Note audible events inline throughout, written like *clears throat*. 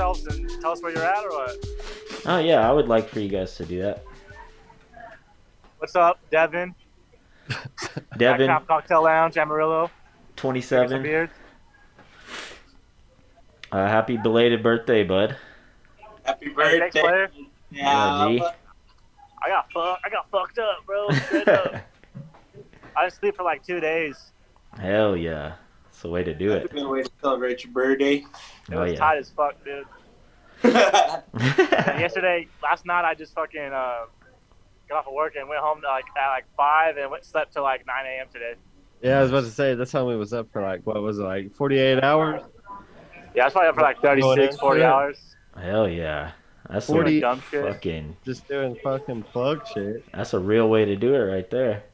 tell us where you're at or what? Oh yeah, I would like for you guys to do that. What's up, Devin? *laughs* Devin, Black Top Cocktail Lounge, Amarillo. Give me some 27. beers. Uh, happy belated birthday, bud. Happy Hey, thanks, birthday. player. Yeah, Yeah, G. I got fuck, I got fucked up, *laughs* bro. Straight up. I didn't sleep for like two days. Hell yeah, it's the way to do That's a it. good way to celebrate your birthday. *laughs* It Oh was yeah. *laughs* tight as fuck, dude. And yeah, yesterday, last night, I just fucking uh, got off of work and went home like at like five and went, slept till like nine a.m. today. Yeah, I was about to say that's how we was up for like what was it like 48 hours? Yeah, I was probably up for like 36, 40 Yeah. hours. Hell yeah. That's Doing Forty- dumb a shit. fucking. Just doing fucking plug shit. That's a real way to do it right there.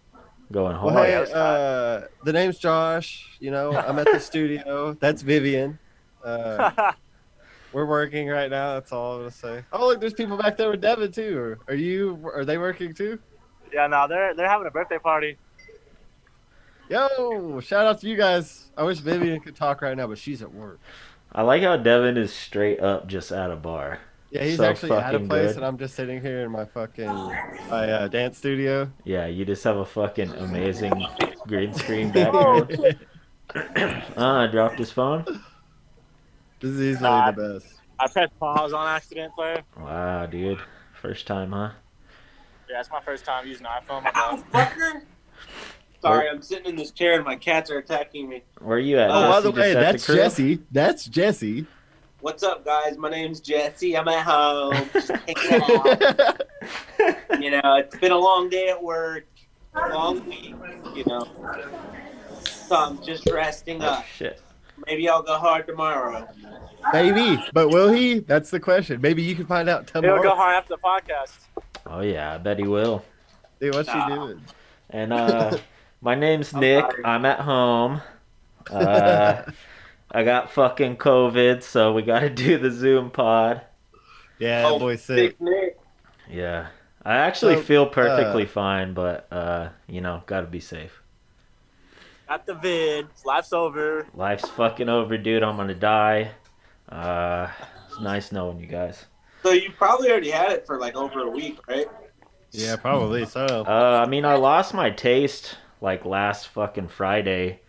Going hard. Well, hey, yeah, it's uh, the name's Josh. You know, I'm at the *laughs* studio. That's Vivian. Uh, we're working right now. That's all I'm gonna say. Oh, look, there's people back there with Devin too. Are, are you? Are they working too? *laughs* yeah, no, they're they're having a birthday party. Yo, shout out to you guys. I wish Vivian could talk right now, but she's at work. I like how Devin is straight up just at a bar. Yeah, he's So actually at a fucking place, good. and I'm just sitting here in my fucking my uh, dance studio. Yeah, you just have a fucking amazing green screen *laughs* this background. Ah, I dropped his phone. is easily Uh, Ah. the best. I pressed pause on accident, player. Wow, dude. First time, huh? Yeah, it's my first time using iPhone. Ow, fucker. Sorry, I'm sitting in this chair and my cats are attacking me. Where are you at? Oh, Oh, by Jesse the just way, at that's crib? Jesse. That's Jesse. *laughs* What's up, guys? My name's Jesse. I'm at home. Just hanging out. yeah, you know, it's been a long day at work, long week, you know. So I'm just resting Oh, up. shit. Maybe I'll go hard tomorrow. maybe, but will he? That's the question. Maybe you can find out It'll go tomorrow. hard after the podcast. Oh, yeah, I bet he will. Dude, what's she Nah. doing? And *laughs* uh, my name's I'm Nick. sorry. I'm at home. Uh, I got fucking COVID, so we got to do the Zoom pod. Yeah, Oh, boy, sick. Big Nick. Yeah. I actually So, feel perfectly fine, but, uh, you know, got to be safe. Got the vid. Life's over. Life's fucking over, dude. I'm going to die. Uh, it's nice knowing you guys. So you probably already had it for like over a week, right? Yeah, probably so. Uh, I mean, I lost my taste like last fucking Friday,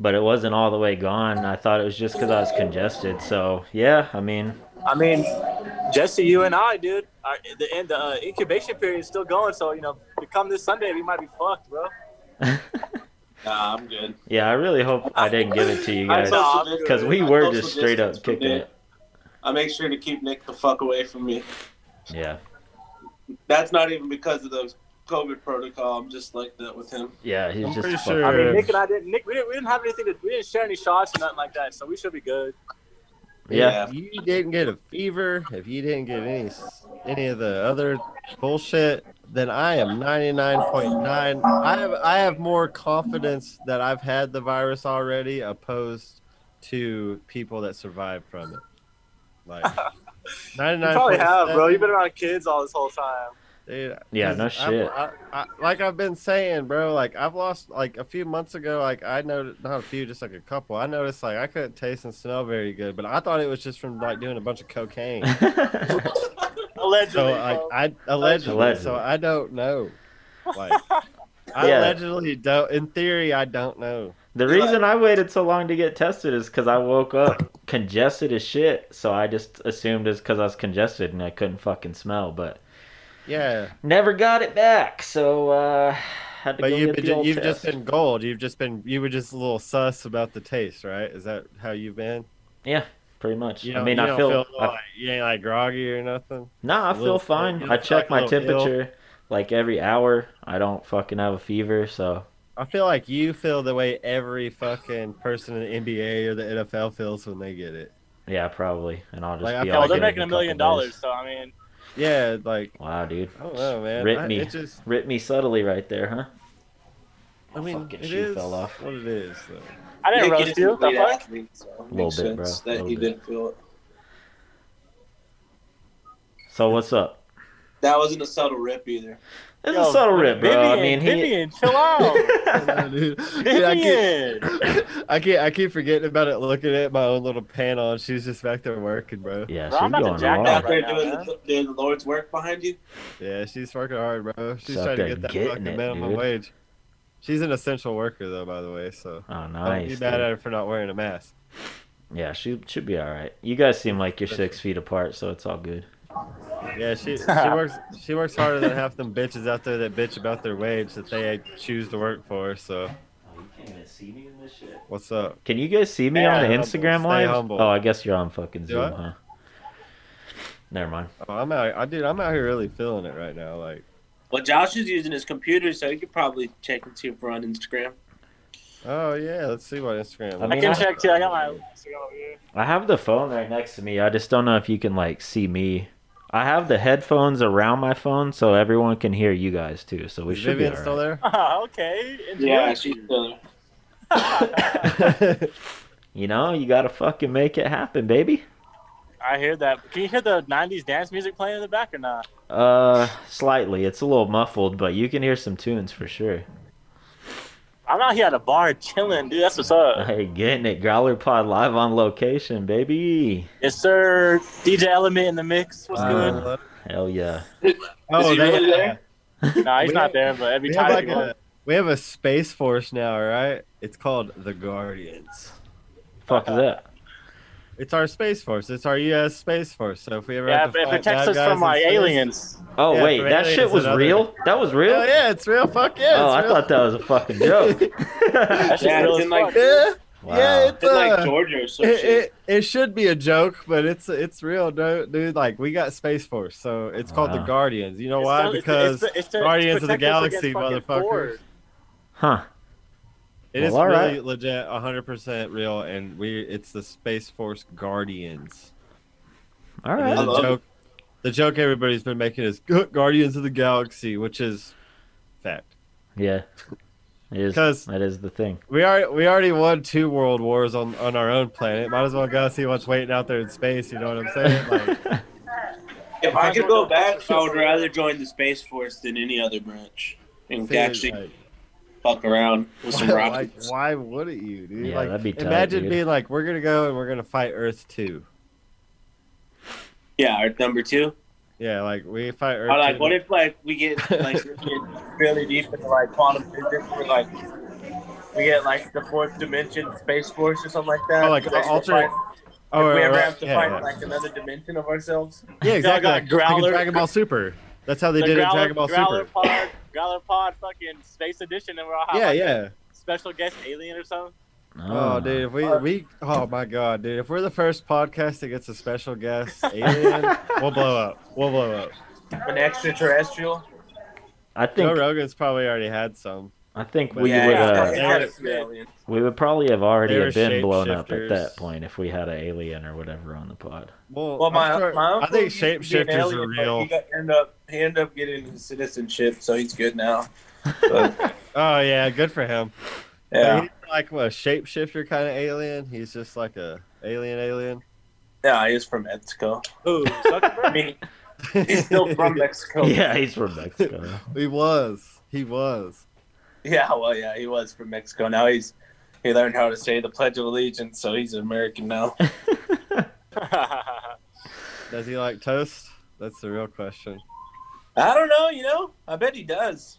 but it wasn't all the way gone. I thought it was just because I was congested. So yeah, I mean, *laughs* I mean, Jesse, you and I, dude, are, the end the uh, incubation period is still going. So you know, become this Sunday, we might be fucked, bro. Nah, I'm good. yeah, I really hope I didn't give it to you I'm guys so- social distance- because we I'm were social just straight up distance from kicking Nick. it. I make sure to keep Nick the fuck away from me. Yeah, That's not even because of the COVID protocol. I'm just like that with him. yeah, he's I'm just pretty fucking. sure- I mean, Sure. Nick and I didn't. Nick, we didn't. We didn't have anything to. We didn't share any shots or nothing like that. So we should be good. yeah, If you didn't get a fever, if you didn't get any s- any of the other bullshit, then I am 99.9. I have I have more confidence that I've had the virus already opposed to people that survived from it. Like 99. *laughs* You probably have, bro. You've been around kids all this whole time. Dude, Yeah, 'cause no I've- shit. I, I, like I've been saying, bro. Like I've lost like a few months ago. Like I noticed, not a few, just like a couple. I noticed like I couldn't taste and smell very good, but I thought it was just from like doing a bunch of cocaine. Allegedly. so like bro. I allegedly, Allegedly. so I don't know. Like *laughs* I Yeah. allegedly don't. In theory, I don't know. *laughs* the reason I waited so long to get tested is because I woke up congested as shit. So I just assumed it's because I was congested and I couldn't fucking smell, but. Yeah, Never got it back, so uh had to but go you've get been, the old you've test. just been gold. You've just been you were just a little sus about the taste, right? Is that how you've been? pretty much. I You don't- mean, you I don't feel, I, like, you ain't like groggy or nothing. nah, I a feel little- fine. you I don't feel check like my a little ill? temperature like every hour. I don't fucking have a fever, so I feel like you feel the way every fucking person in the NBA or the NFL feels when they get it. yeah, probably. And I'll just Like, I be feel- all Hell, they're good in making a couple million days. dollars. So I mean, Yeah, like Wow, dude, I don't know, Oh, man. Rip I, me. It just, rip me subtly right there, huh? I mean, Fucking it shoe is fell off. what it is. Though. *laughs* I didn't Nick roast is you. an The elite fuck? athlete, so it Little makes bit, bro. sense That Little he bit. didn't feel it. So what's up? That wasn't a subtle rip either. It's a subtle rip, bro. I mean, he. Vivian, chill *laughs* out. I know, dude. Dude, *laughs* I can't, Vivian. I can't. I keep forgetting about it. Looking at my own little panel, and she's just back there working, bro. Yeah, Bro, she's I'm about to going jack hard. that Out there Right now, doing, man. the, doing the Lord's work behind you. Yeah, she's working hard, bro. She's Sucked trying to at get that getting fucking it, minimum dude. wage. She's an essential worker, though, by the way. So Oh, don't be nice. mad dude. at her for not wearing a mask. Yeah, she should be all right. You guys seem like you're six feet apart, so it's all good. Yeah, she she works she works harder than half them bitches out there that bitch about their wage that they choose to work for. So Oh, you can't even see me in this shit. what's up? Can you guys see me Yeah, on the humble. Instagram Stay live? humble. Oh, I guess you're on fucking Do Zoom, I? huh? Never mind. Oh, I'm out. I dude, I'm out here really feeling it right now. Like, Well, Josh is using his computer, so he could probably check and see if we're on Instagram. oh yeah, let's see what Instagram. I I mean, can I- check too. I got my Instagram over here. *laughs* I have the phone right next to me. I just don't know if you can like see me. I have the headphones around my phone, so everyone can hear you guys too. So we Is should Vivian be all still right. there? Ah, okay. Yeah, *laughs* enjoy. she's still there. *laughs* *laughs* You know, you gotta fucking make it happen, baby. I hear that. Can you hear the '90s dance music playing in the back or not? Uh, slightly. It's a little muffled, but you can hear some tunes for sure. I'm out here at a bar chilling, dude. That's what's up. Hey, getting it, Growler Pod live on location, baby. Yes, sir. DJ Element in the mix. What's Uh, Hell yeah. Is Oh, he really there? good? Nah, he's we not have- there, but every we have, time. like he goes- a, we have a space force now, all right? It's called the Guardians. Fuck is that? It's our space force. It's our U.S. space force. So if we ever yeah, have it to fight protects bad us guys from in like space- aliens. Oh Yeah, wait, for that shit aliens was and other- real. That was real. Hell yeah, it's real. Fuck yeah. oh, it's I real. thought that was a fucking joke. *laughs* *laughs* That's Yeah, just real it's as in, fuck. like, eh. Yeah, wow. yeah, it's It's in, like uh, Georgia or some it, shit. it, it should be a joke, but it's it's real, du- dude. Like we got space force, so it's called the Wow. Guardians. You know It's why? to- it's to- it's because to- it's to Guardians of the protect us against Galaxy, fucking motherfuckers. Ford. huh. it is Well, all really right. legit, hundred percent real, and we it's the space force Guardians. All And right. Hello. The joke, the joke everybody's been making is *laughs* "Gu- Guardians of the Galaxy, which is fact. Yeah. It is. 'Cause- That is the thing. We are we already won two world wars on on our own planet. Might as well go see what's waiting out there in space. You know what I'm saying? Like, *laughs* If I could go back, I would rather join the Space Force than any other branch *laughs* and see, actually like, fuck around with *laughs* some why, rockets. why wouldn't you, dude? Yeah, like, that'd be tight, imagine dude. being like, we're gonna go and we're gonna fight Earth two. Yeah, or number two. Yeah, like we fight Earth. Or like, two. what if like we get like we get really deep into like quantum physics? We're like, we get like the fourth dimension space force or something like that. Oh, like We have to alternate- fight- Oh, if we right, ever right, have to yeah, fight yeah. like another dimension of ourselves. *laughs* yeah, exactly. got Like, Growler- like in Dragon Ball Super. That's how they The did it in Growler- Dragon Ball Growler Super. Pod, Growler Pod, fucking space edition, and we're all Yeah, like, yeah. special guest alien or something. Ah. *laughs* Oh, dude, if we we oh my god, dude, if we're the first podcast that gets a special guest alien, we'll blow up. We'll blow up. An extraterrestrial. I Joe think Rogan's probably already had some. I think we Yeah, would yeah. uh, it's Yeah. gotta be alien. we would probably have already They have were been blown up at shapeshifters. that point if we had an alien or whatever on the pod. Well, Well, I'm my, sure- my uncle I think used to be an shapeshifters are alien, but He real. got, end up he ended up getting his citizenship, so he's good now. But, Oh yeah, good for him. yeah. He's like a shapeshifter kind of alien. He's just like a alien alien. Yeah, he's from Mexico. Who? *laughs* *laughs* I Zuckerberg? mean, he's *laughs* still from Mexico. Yeah, he's from Mexico. he was. He was. Yeah, well, yeah, he was from Mexico. Now he's he learned how to say the Pledge of Allegiance, so he's an American now. Does he like toast? That's the real question. I don't know, you know. I bet he does.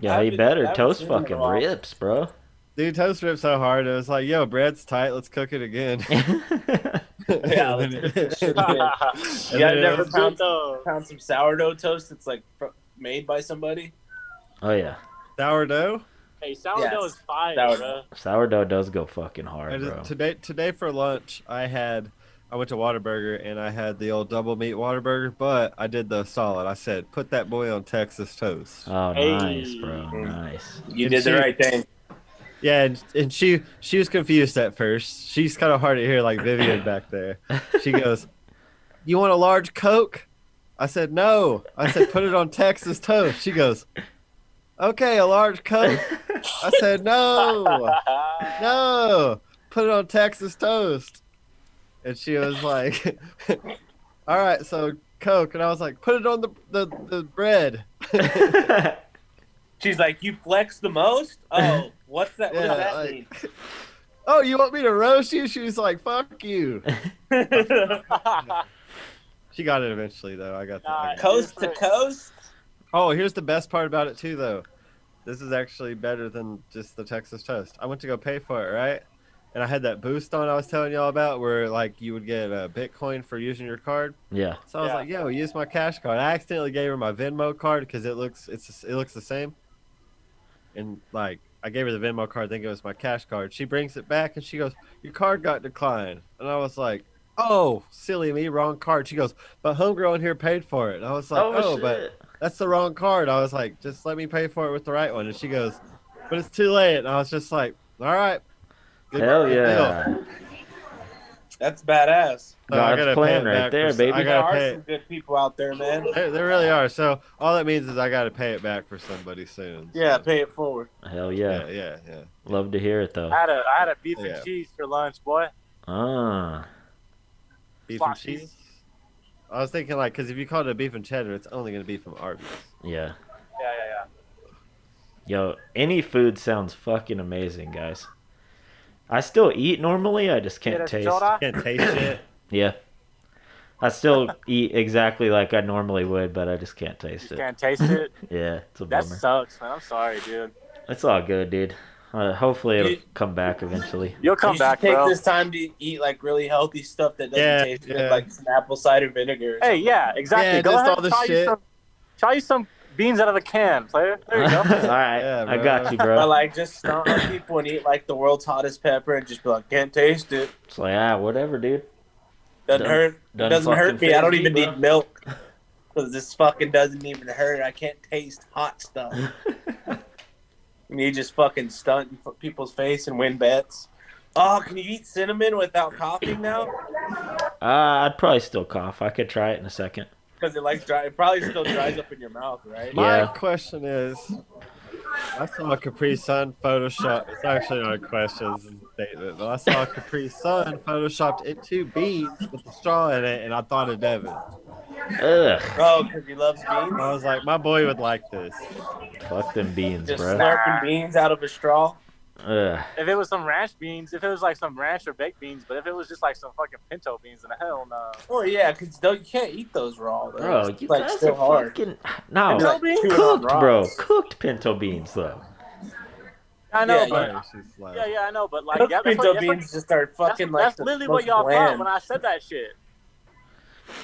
yeah, he I've been- I better haven't toast seen him in a fucking while. rips, bro. *laughs* Dude, toast ripped so hard. It was like, yo, bread's tight. Let's cook it again. *laughs* Yeah, let's cook this shit *laughs* again. You gotta never pound, Pronto. pound some sourdough toast that's like fr- made by somebody. oh yeah, Sourdough. Hey, sourdough Yes. is fire, Sourdough. bro. sourdough does go fucking hard, I just- bro. today, today for lunch, I had. I went to Whataburger and I had the old double meat Whataburger, but I did the solid. I said, put that boy on Texas toast. Oh, Hey. nice, *laughs* bro. Nice. You And did the she- right thing. Yeah, and, and she she was confused at first. She's kind of hard to hear, like Vivian back there. She goes, "You want a large Coke?" I said, "No." I said, "Put it on Texas toast." She goes, "Okay, a large Coke." I *laughs* said, "No, no, put it on Texas toast." And she was *laughs* like, "All right, so Coke," and I was like, "Put it on the the, the bread." *laughs* She's like, you flex the most? *laughs* Oh, what's that? What Yeah, does that like- mean? oh, you want me to roast you? She's like, fuck you. *laughs* She got it eventually, though. I got that. I got it. coast to coast? Oh, here's the best part about it too, though. This is actually better than just the Texas toast. I went to go pay for it, right? And I had that boost on I was telling y'all about, where like you would get uh, Bitcoin for using your card. yeah. So I was Yeah. like, "Yo, use my cash card." I accidentally gave her my Venmo card because it looks it's it looks the same. And like I gave her the Venmo card, then it was my cash card. She brings it back and she goes, "Your card got declined." And I was like, "Oh, silly me, wrong card." She goes, "But homegrown here paid for it." And I was like, "Oh, but." that's the wrong card. I was like, just let me pay for it with the right one. And she goes, but it's too late. And I was just like, all right. Good Hell deal. yeah. That's badass. So God's I gotta plan pay it right back there, for- baby. I There gotta are pay. some It. good people out there, man. There, there really are. So all that means is I gotta pay it back for somebody soon. Yeah, So, pay it forward. Hell yeah. yeah, yeah, yeah. Love to hear it though. I had a I had a beef Yeah. and cheese for lunch, boy. Ah. Beef and Fuck you. cheese. I was thinking like, because if you call it a beef and cheddar, it's only gonna be from Arby's. Yeah. Yeah, yeah, Yo, any food sounds fucking amazing, guys. I still eat normally, I just yeah. can't Get a taste. soda? *laughs* Can't taste it. Yeah. I still *laughs* eat exactly like I normally would, but I just can't You taste it. can't taste *laughs* it. Yeah, it's a That bummer. sucks, man. I'm sorry, dude. It's all good, dude. Uh, hopefully it'll You- come back eventually. You'll come you should back, take bro. this time to eat like really healthy stuff that doesn't Yeah, taste yeah. good, like some apple cider vinegar. or Hey, yeah, exactly. Yeah, go just ahead. all and this try shit. You some, try you some beans out of a can, player. There you *laughs* *laughs* all go. right, Yeah, I bro. got *laughs* you, But bro. like, just stomp on people and eat like the world's hottest pepper and just be like, can't taste it. It's like ah, whatever, dude. Doesn't Doesn't- hurt. doesn't doesn't hurt fucking me. I don't faze me, even bro. need milk because this fucking doesn't even hurt. I can't taste *laughs* hot stuff. and you just fucking stunt in f- people's face and win bets. Oh, can you eat cinnamon without coughing now? Uh, I'd probably still cough. I could try it in a second. Because it like dry. It probably still dries up in your mouth, right? My Yeah. question is, I saw a Capri Sun Photoshop. It's actually not a question, it's a statement. But I saw a Capri Sun photoshopped into beans with a straw in it, and I thought of Devin. Ugh, Oh, because he loves beans. I was like, my boy would like this. fuck them beans, Just bro. slurping beans out of a straw. Ugh, If it was some ranch beans, if it was like some ranch or baked beans, but if it was just like some fucking pinto beans, then hell no. Oh yeah, because you can't eat those raw. Though. bro, It's, you like guys still are hard. fucking It's no like chewing on cooked, bro. rocks. Cooked pinto beans though. I know, Yeah, but She's like, yeah, yeah, I know, but like Cooked yeah, that's pinto what- that's what- beans just are that's- fucking like that's the literally most what y'all bland. thought when I said that shit.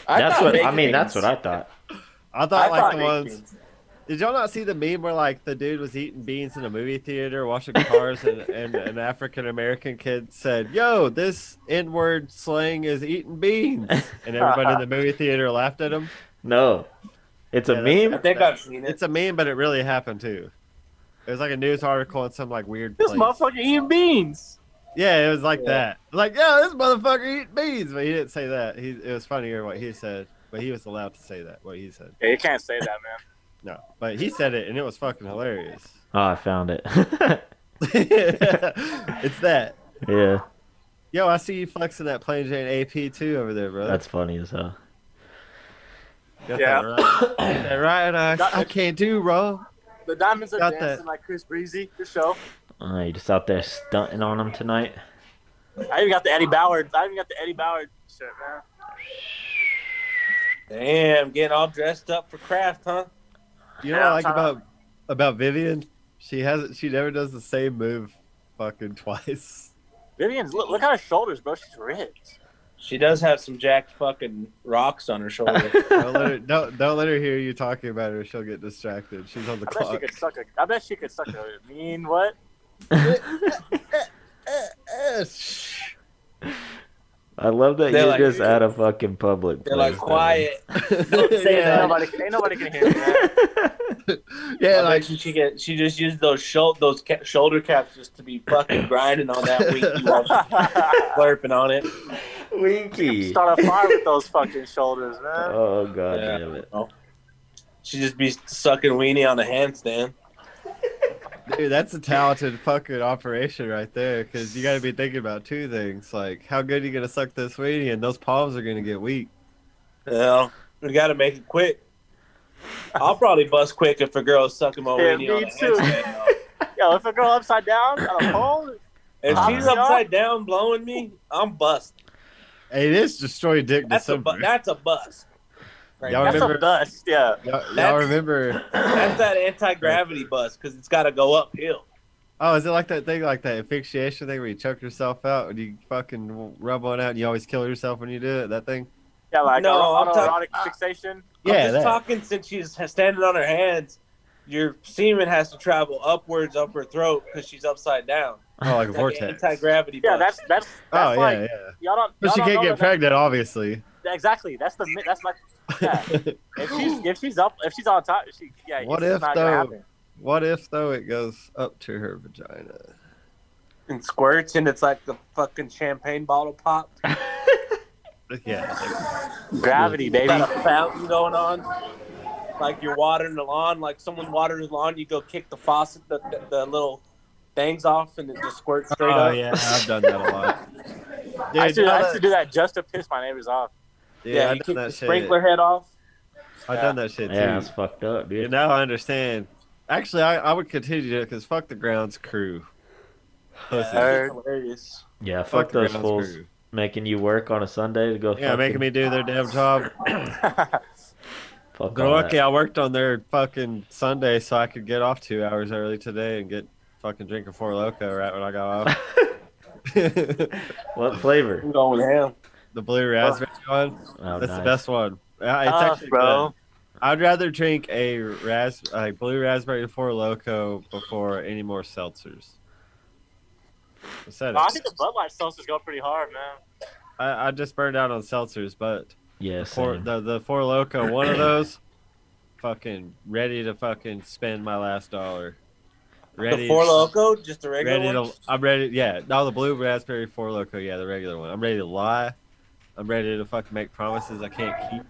I that's thought what I baked mean. That's beans. what I thought. I thought like the baked ones. beans. Did y'all not see the meme where like the dude was eating beans in a movie theater watching cars and, and an African American kid said, Yo, this N word slang is eating beans and everybody in the movie theater laughed at him. No, it's Yeah, a that's- meme. I think I've seen it. It's a meme, but it really happened too. It was like a news article on some like weird This place. motherfucker eating beans. yeah, it was like Yeah. that. Like, yeah, this motherfucker eat beans, but he didn't say that. He it was funnier what he said, but he was allowed to say that what he said. Yeah, you can't say that, man. No, but he said it, and it was fucking hilarious. *laughs* Oh, I found it. *laughs* it's that. yeah, Yo, I see you flexing that plain Jane AP too over there, brother. that's funny as hell. Got yeah. That right, got that right eye. Got- I can't do wrong. The diamonds are Got dancing that. like Chris Breezy. Good show. Uh, you just out there stunting on them tonight. *laughs* I even got the Eddie Bauer. I even got the Eddie Bauer shit, man. Damn, getting all dressed up for craft, huh? You Yeah, know what I I'm like tryna- about about Vivian? She has she never does the same move fucking *laughs* twice. Vivian's look, look at her shoulders, bro. She's ripped. She does have some jacked fucking rocks on *laughs* her shoulder. Don't let her don't, don't let her hear you talking about her. She'll get distracted. She's on the I bet she clock. could suck a. I bet she could suck a mean what? Eh, eh, shh. I love that They're you're like- just at a fucking public. They're place, like man. quiet. Ain't Don't say *laughs* yeah, that. nobody, ain't nobody can hear me. man. yeah, I like bet you she get she just used those shou- those ca- shoulder caps just to be fucking grinding on that winky while she's slurping on it. *laughs* Winky. Start a fire with those fucking shoulders, man. Oh god Yeah. damn it. She just be sucking weenie on a handstand. Dude, that's a talented fucking operation right there. Because you got to be thinking about two things: like how good you gonna suck this weenie, and those palms are gonna get weak. You know, we got to make it quick. I'll probably bust quick if a girl's sucking Oh, my Yeah, weenie on me a too. handstand. Yo, if a girl upside down on a pole, If Uh, Huh? she's upside down blowing me, I'm bust. It is destroy dick That's a December. bu- that's a bust. Right Y'all now. that's that's, a remember- dust. Yeah. y'all, y'all that's- remember? that anti gravity bust because it's got to go uphill. Oh, is it like that thing, like that asphyxiation thing where you choke yourself out and you fucking rub one out and you always kill yourself when you do it? That thing? Yeah, like No, I'm auto- autoerotic talking- Ah. fixation. I'm Yeah, just that. talking since she's standing on her hands. Your semen has to travel upwards up her throat because she's upside down. oh, like It's like a vortex. anti gravity. Yeah, that's that's Oh that's yeah, like yeah. y'all don't. But y'all she don't can't know get that- pregnant, obviously. Exactly. That's the mi- that's like yeah. if she's if she's up if she's on top she yeah. What it's if, not gonna though? happen. What if though it goes up to her vagina? and squirts, and it's like the fucking champagne bottle pop. Yeah. Gravity, baby. Got a fountain going on. Like you're watering the lawn, like someone waters the lawn, you go kick the faucet, the, the, the little things off, and it just squirts straight oh up. yeah, I've done that a lot. Dude, *laughs* I used, to, I all used to that- do that just to piss my neighbors off. dude, Yeah, I've you done kick the that shit. sprinkler head off. I've done that shit too. Yeah, it's fucked up, And dude. now I understand. Actually, I, I would continue to because fuck the grounds crew. Pussies. That's hilarious. Yeah, fuck, those grounds fools crew. making you work on a Sunday to go. Yeah, fucking- making me do their damn job. *laughs* Fuck But all that. lucky I worked on their fucking Sunday so I could get off two hours early today and get fucking drinking Four Loco right when I *laughs* got off. *laughs* the What flavor? *laughs* I'm going ham. blue raspberry one. Oh, That's nice. the best one. Uh, It's Tough, actually bro. good. I'd rather drink a ras- like blue raspberry Four Loco before any more seltzers. I said I it. think the Bud Light seltzers go pretty hard, man. I, I just burned out on seltzers, but Yes. Four, the the four loco, one of those, *clears throat* fucking ready to fucking spend my last dollar. Ready, The four loco, just the regular ready one. to. I'm ready. Yeah, no, the blue raspberry four loco. Yeah, the regular one. I'm ready to lie. I'm ready to fucking make promises I can't keep.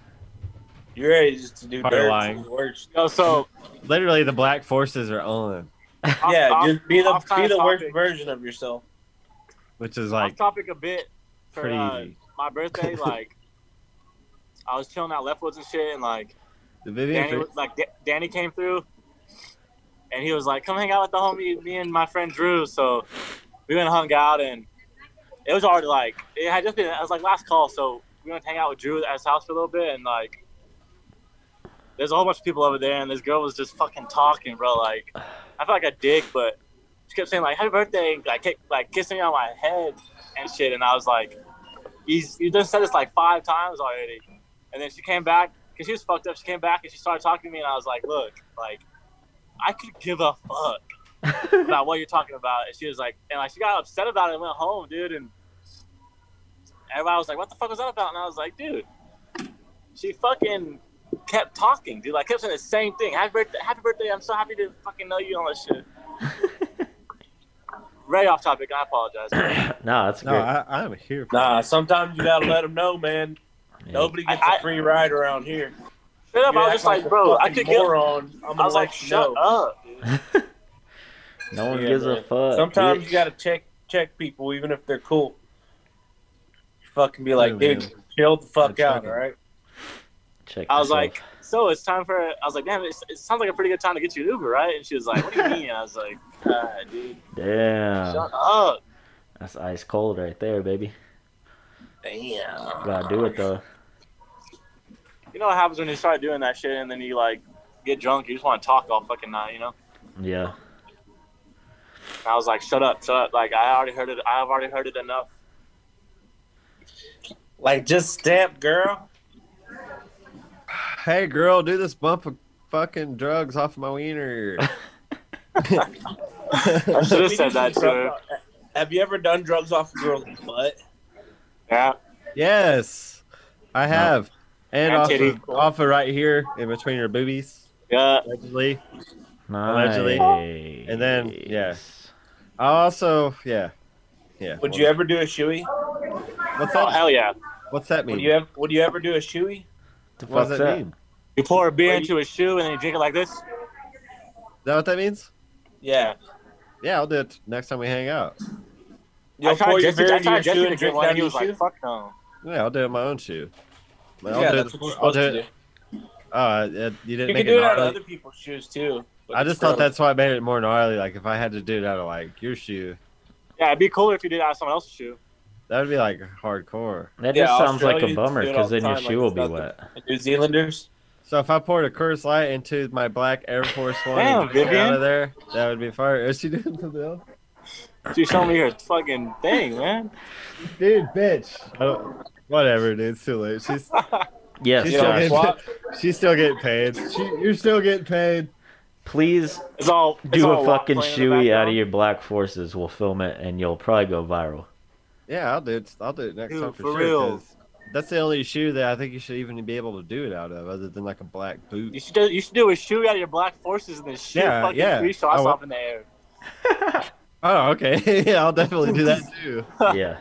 You're ready just to do Probably dirt. lying. It's the worst. Yo, so Literally, the black forces are on, *laughs* off- yeah, off- just be the off time be the worst topic. version of yourself. which is off like topic a bit for pretty uh, easy. my birthday. Like *laughs* I was chilling out Leftwoods and shit, and like The Vivian, Danny, Fre- was- like Da- Danny came through, and he was like, "Come hang out with the homie, me and my friend Drew." So we went and hung out, and it was already like it had just been. It was like last call, so we went to hang out with Drew at his house for a little bit, and like there's a whole bunch of people over there, and this girl was just fucking talking, bro. Like I felt like a dick, but she kept saying like "Happy birthday," and, like kick, like kissing me on my head and shit, and I was like, "He's you just said this like five times already," and then she came back because she was fucked up. She came back and she started talking to me, and I was like, "Look, like, I could give a fuck *laughs* about what you're talking about." And she was like, and like she got upset about it and went home, dude. And everybody was like, "What the fuck was that about?" And I was like, "Dude, she fucking kept talking, dude. Like, kept saying the same thing. Happy birthday, happy birthday. I'm so happy to fucking know you and all that shit." *laughs* Right off topic. I apologize. I, no, that's no, great. I, I'm here. For Nah, sometimes you gotta let them know, man. Yeah. Nobody gets I- I- a free ride around here. Straight up, I was act just like, bro, a I fucking could give. moron. I'm I gonna was like, let you shut know. up, dude. *laughs* no one Yeah, gives a man. fuck. Sometimes bitch. you gotta check check people, even if they're cool. Fucking be like, Oh, Yeah, dude, man. chill the fuck Gotta check out, it. all right? Check I was yourself. like, so it's time for. I was like, damn, it's, it sounds like a pretty good time to get you an Uber, right? And she was like, what *laughs* do you mean? I was like, God, dude, damn, shut up. that's ice cold right there, baby. Damn. Gotta do it though. You know what happens when you start doing that shit and then you like get drunk? You just want to talk all fucking night, you know? Yeah, And I was like, shut up, shut up. Like I already heard it. I've already heard it *laughs* enough. Like, just *laughs* step, girl. Hey, girl, do this bump of fucking drugs off my *laughs* wiener. *laughs* I should have We said usually that to drug her. off- Have you ever done drugs off a girl's butt? Yeah. Yes, I have. And And off titty. of, off of right here in between your boobies, Yeah. allegedly. nice. Allegedly. And then, yeah. I also, yeah, yeah. Would you ever do a shoey? What's Oh that? hell yeah. What's that Would mean? you ever Would you ever do a shoey? The what fuck's does that? that mean? Is You pour a beer Wait. into a shoe and then you drink it like this. that what that means? Yeah. Yeah, I'll do it next time we hang out. I You'll tried pour your Jesse- beer I into your tried Jesse shoe to and drink drink one. and down He your was like, shoe. fuck no. Yeah, I'll do it in my own shoe. I'll Yeah, do that's it- what you're I'll supposed do to do. it. Uh, it- you didn't You make can do it it out of gnarly? other people's shoes too. but I it's just thought gross. that's why I made it more gnarly. Like if I had to do it out of like your shoe, Yeah, it'd be cooler if you did it out of someone else's shoe. that would be like hardcore. That Yeah, just sounds like a Australians bummer do it because all the then your time, like shoe will it's be nothing. wet. The New Zealanders. So if I poured a Curse Light into my black Air Force One Damn, and drank it out Vivian. of there, that would be fire. *laughs* Is she doing the bill? Dude, show me your fucking thing, man. Dude, bitch. I don't, whatever, dude. It's too late. She's Yes, she's You know, still, Josh. what? getting, she's still getting paid. She, you're still getting paid. Please It's all it's do all a rock fucking playing in the shoey out of background. your black forces. We'll film it, and you'll probably *laughs* go viral. Yeah, I'll do it. I'll do it next Dude, time for, for sure. real. 'cause That's the only shoe that I think you should even be able to do it out of, other than like a black You boot. should do, you should do a shoe out of your black forces and then shoot Yeah, fucking yeah. three shots I wa- off in the air. Oh, okay. *laughs* yeah, I'll definitely do that too. *laughs* yeah,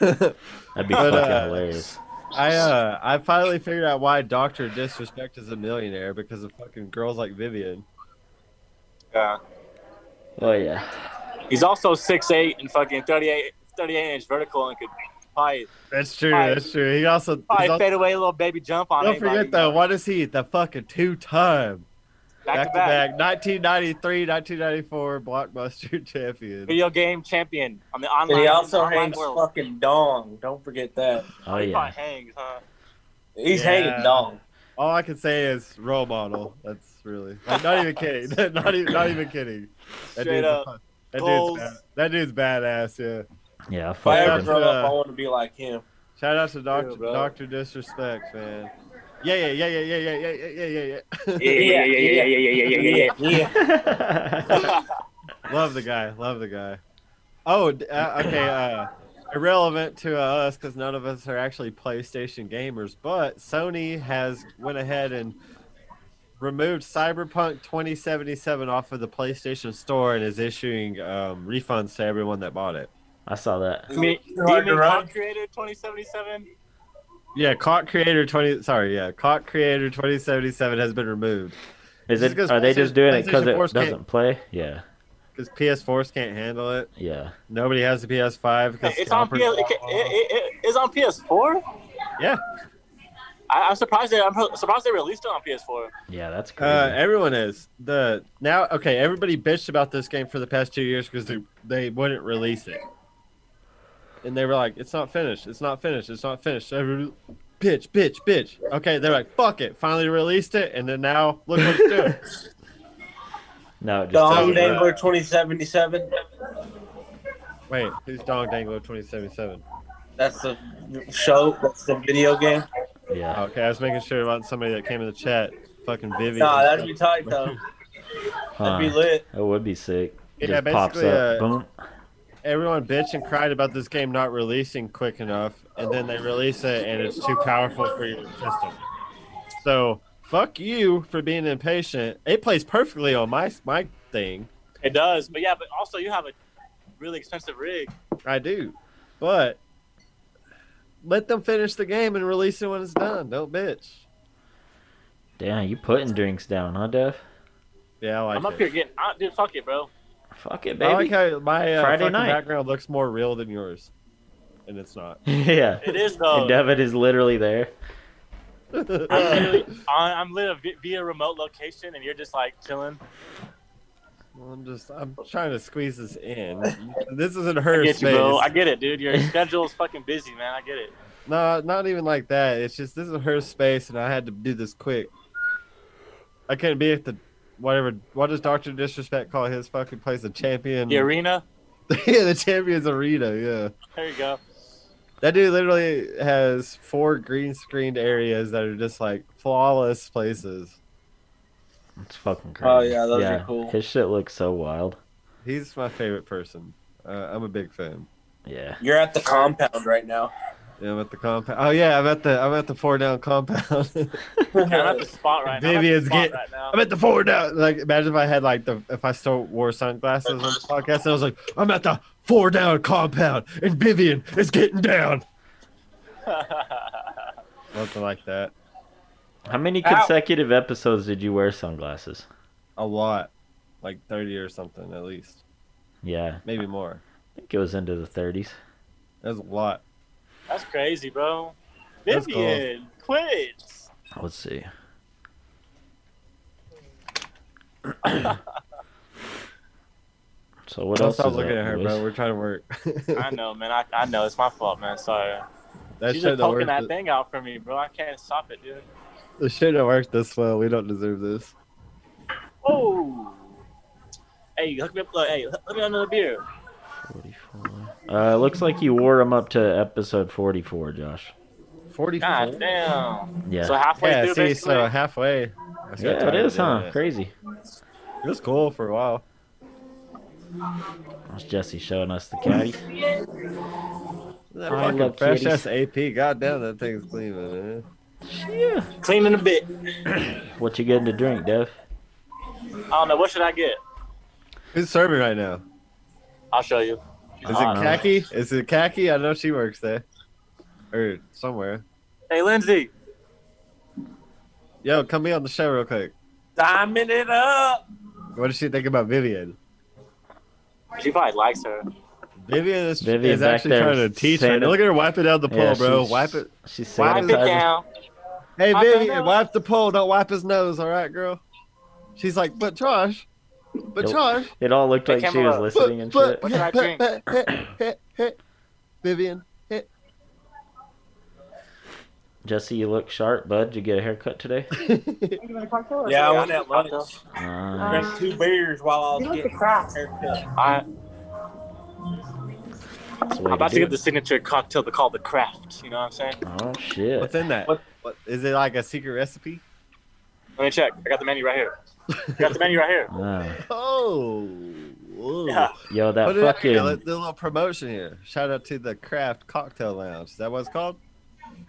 that'd be But, fucking uh, hilarious. I uh, I finally figured out why Doctor Disrespect is a millionaire because of fucking girls like Vivian. Yeah. Oh yeah, He's also 6'8 and fucking 38, 38 inch vertical and could probably, That's true. Right. That's true. He also, he's probably also- fade away a little baby jump on don't anybody, forget though. What is he? The fucking two time Back to back. 1993, 1994 blockbuster *laughs* champion. Video game champion on the And online, he also online hangs world. fucking dong. Don't forget that. oh He yeah. probably hangs, huh? He's Yeah. hanging dong. All I can say is role model. That's really like, not even *laughs* kidding. *laughs* not even not even kidding. That Straight dude's a up. fu- that dude's, Goals. bad, that dude's badass. Yeah. Yeah, If I fuck ever with him. grow up, Uh, I want to be like him. Shout out to Doctor bro. Doctor Disrespect, man. Yeah, yeah, yeah, yeah, yeah, yeah, yeah, yeah, yeah, yeah. Yeah, yeah, yeah, yeah, yeah, yeah, yeah, yeah, yeah. yeah. Love the guy. Love the guy. Oh, d- uh, okay. Uh, irrelevant to uh, us because none of us are actually PlayStation gamers, but Sony has went ahead and removed Cyberpunk 2077 off of the PlayStation Store and is issuing um, refunds to everyone that bought it. *laughs* I saw that. You mean, It's you hard to mean run. Con Creator 2077? Yeah, Caught Creator 20. Sorry, yeah, Caught Creator 2077 has been removed Is Just it? 'cause Are they PlayStation- just doing it because PlayStation it 4's can't- doesn't play? Yeah, because PS4s can't handle it. yeah. Nobody has the PS5 because It's on, PS, it, it, it, it's on PS4? Yeah. I, I'm surprised they I'm surprised they released it on PS4. Yeah, that's crazy. Uh, everyone is the now. Okay, everybody bitched about this game for the past two years because they they wouldn't release it, and they were like, "It's not finished. It's not finished. It's not finished." Every bitch, bitch, bitch. Okay, they're like, "Fuck it!" Finally released it, and then now look what it's doing. no, it just doesn't work. Dong Dangler 2077. Wait, who's Dong Danglo twenty seventy seven? That's the show. That's the video game. Yeah, Okay, I was making sure about somebody that came in the chat. Fucking Vivian. Nah, that'd be tight *laughs* though. huh. That'd be lit. It would be sick. It Yeah, just pops basically, up. uh, Boom. everyone bitched and cried about this game not releasing quick enough, and then they release it and it's too powerful for your system. So fuck you for being impatient. It plays perfectly on my my thing. It does, but yeah, but also you have a really expensive rig. I do, but let them finish the game and release it when it's done. Don't bitch. Damn, you putting drinks down, huh, Dev? Yeah, I like I'm up it. here getting, I, dude, fuck it, bro. Fuck it, I like baby. how my uh, Friday fucking night. background looks more real than yours, and it's not. *laughs* *laughs* yeah. It is And though. Devin is literally there. I'm literally, I- I'm literally vi- via remote location, and you're just like chilling. Well, I'm just I'm trying to squeeze this in. This isn't her I get you, space. bro. I get it, dude. Your schedule's fucking busy, man. I get it. No, not even like that. It's just this is her space, and I had to do this quick. I couldn't be at the whatever. What does Doctor Disrespect call his fucking place? The champion. The arena. *laughs* yeah, the champions arena. Yeah, There you go. that dude literally has four green screened areas that are just like flawless places. It's fucking crazy. Oh, yeah, those are cool. His shit looks so wild. He's my favorite person. Uh, I'm a big fan. Yeah. You're at the compound right now. Yeah, I'm at the compound. Oh yeah, I'm at the I'm at the four down compound. *laughs* Yeah, I'm at the spot right now. I'm at the Vivian's spot get- right now. *laughs* I'm at the four down. Like, imagine if I had like the if I still wore sunglasses on the podcast, and I was like, I'm at the four down compound, and Vivian is getting down. Something like that. How many Ow. consecutive episodes did you wear sunglasses? A lot, like thirty or something at least, Yeah. maybe more. I think it was into the 30s. That's a lot. That's crazy, bro. That's cool. Vivian quits. Let's see. *coughs* So what Don't else? stop is looking up, at her, boys? bro. We're trying to work. *laughs* I know, man. I, I know it's my fault, man. Sorry. that She's should just have poking worked. that That thing out for me, bro. I can't stop it, dude. it should have worked this well. We don't deserve this. Oh. Hey, hook me up. Look, hey, hook me up another beer. 44. Uh, looks like you wore them up to episode 44, Josh. Forty-four. Mm-hmm. God damn. Yeah. So halfway yeah, through, see, basically. so halfway. I just got yeah, tired it of is, doing huh? this. Crazy. It was cool for a while. That's Jesse showing us the *laughs* caddy. That I fucking love fresh kitties. ass AP. Goddamn, that thing's clean, man. Yeah. Cleaning a bit. What you getting to drink, Dev? I don't know. What should I get? Who's serving right now? I'll show you. Is it I don't know. khaki? Is it khaki? I know she works there, or somewhere. Hey, Lindsay. Yo, come be on the show real quick. Diamond it up. What does she think about Vivian? She probably likes her. Vivian is, Vivian is back actually there trying to teach her. saying it. Look at her wipe it down the pole, yeah, bro. she's- Wipe it. She's Wipe Wipe it it sanitizing. down. Hey, Wipe it Vivian, down. wipe the pole. Don't wipe his nose. All right, girl. She's like, but Josh, but Nope. Josh, It all looked Hey, like she was Camilla. listening but, and but, shit. What should I but- drink? but- hit, hit, hit. *laughs* Vivian, hit. Jesse, you look sharp, bud. Did you get a haircut today? Yeah, I went at lunch. Nice. Drank two beers while I was getting my *laughs* haircut. I, That's the way I'm about to do get the signature cocktail to call the craft. You know what I'm saying? it. Oh shit. What's in that? What- what is it like a secret recipe? Let me check. I got the menu right here. I got the menu right here. Ah. *laughs* Oh, whoa. Yeah. yo, that Put it out here, fucking let- do a little promotion here. Shout out to the Craft Cocktail Lounge. Is that what it's called?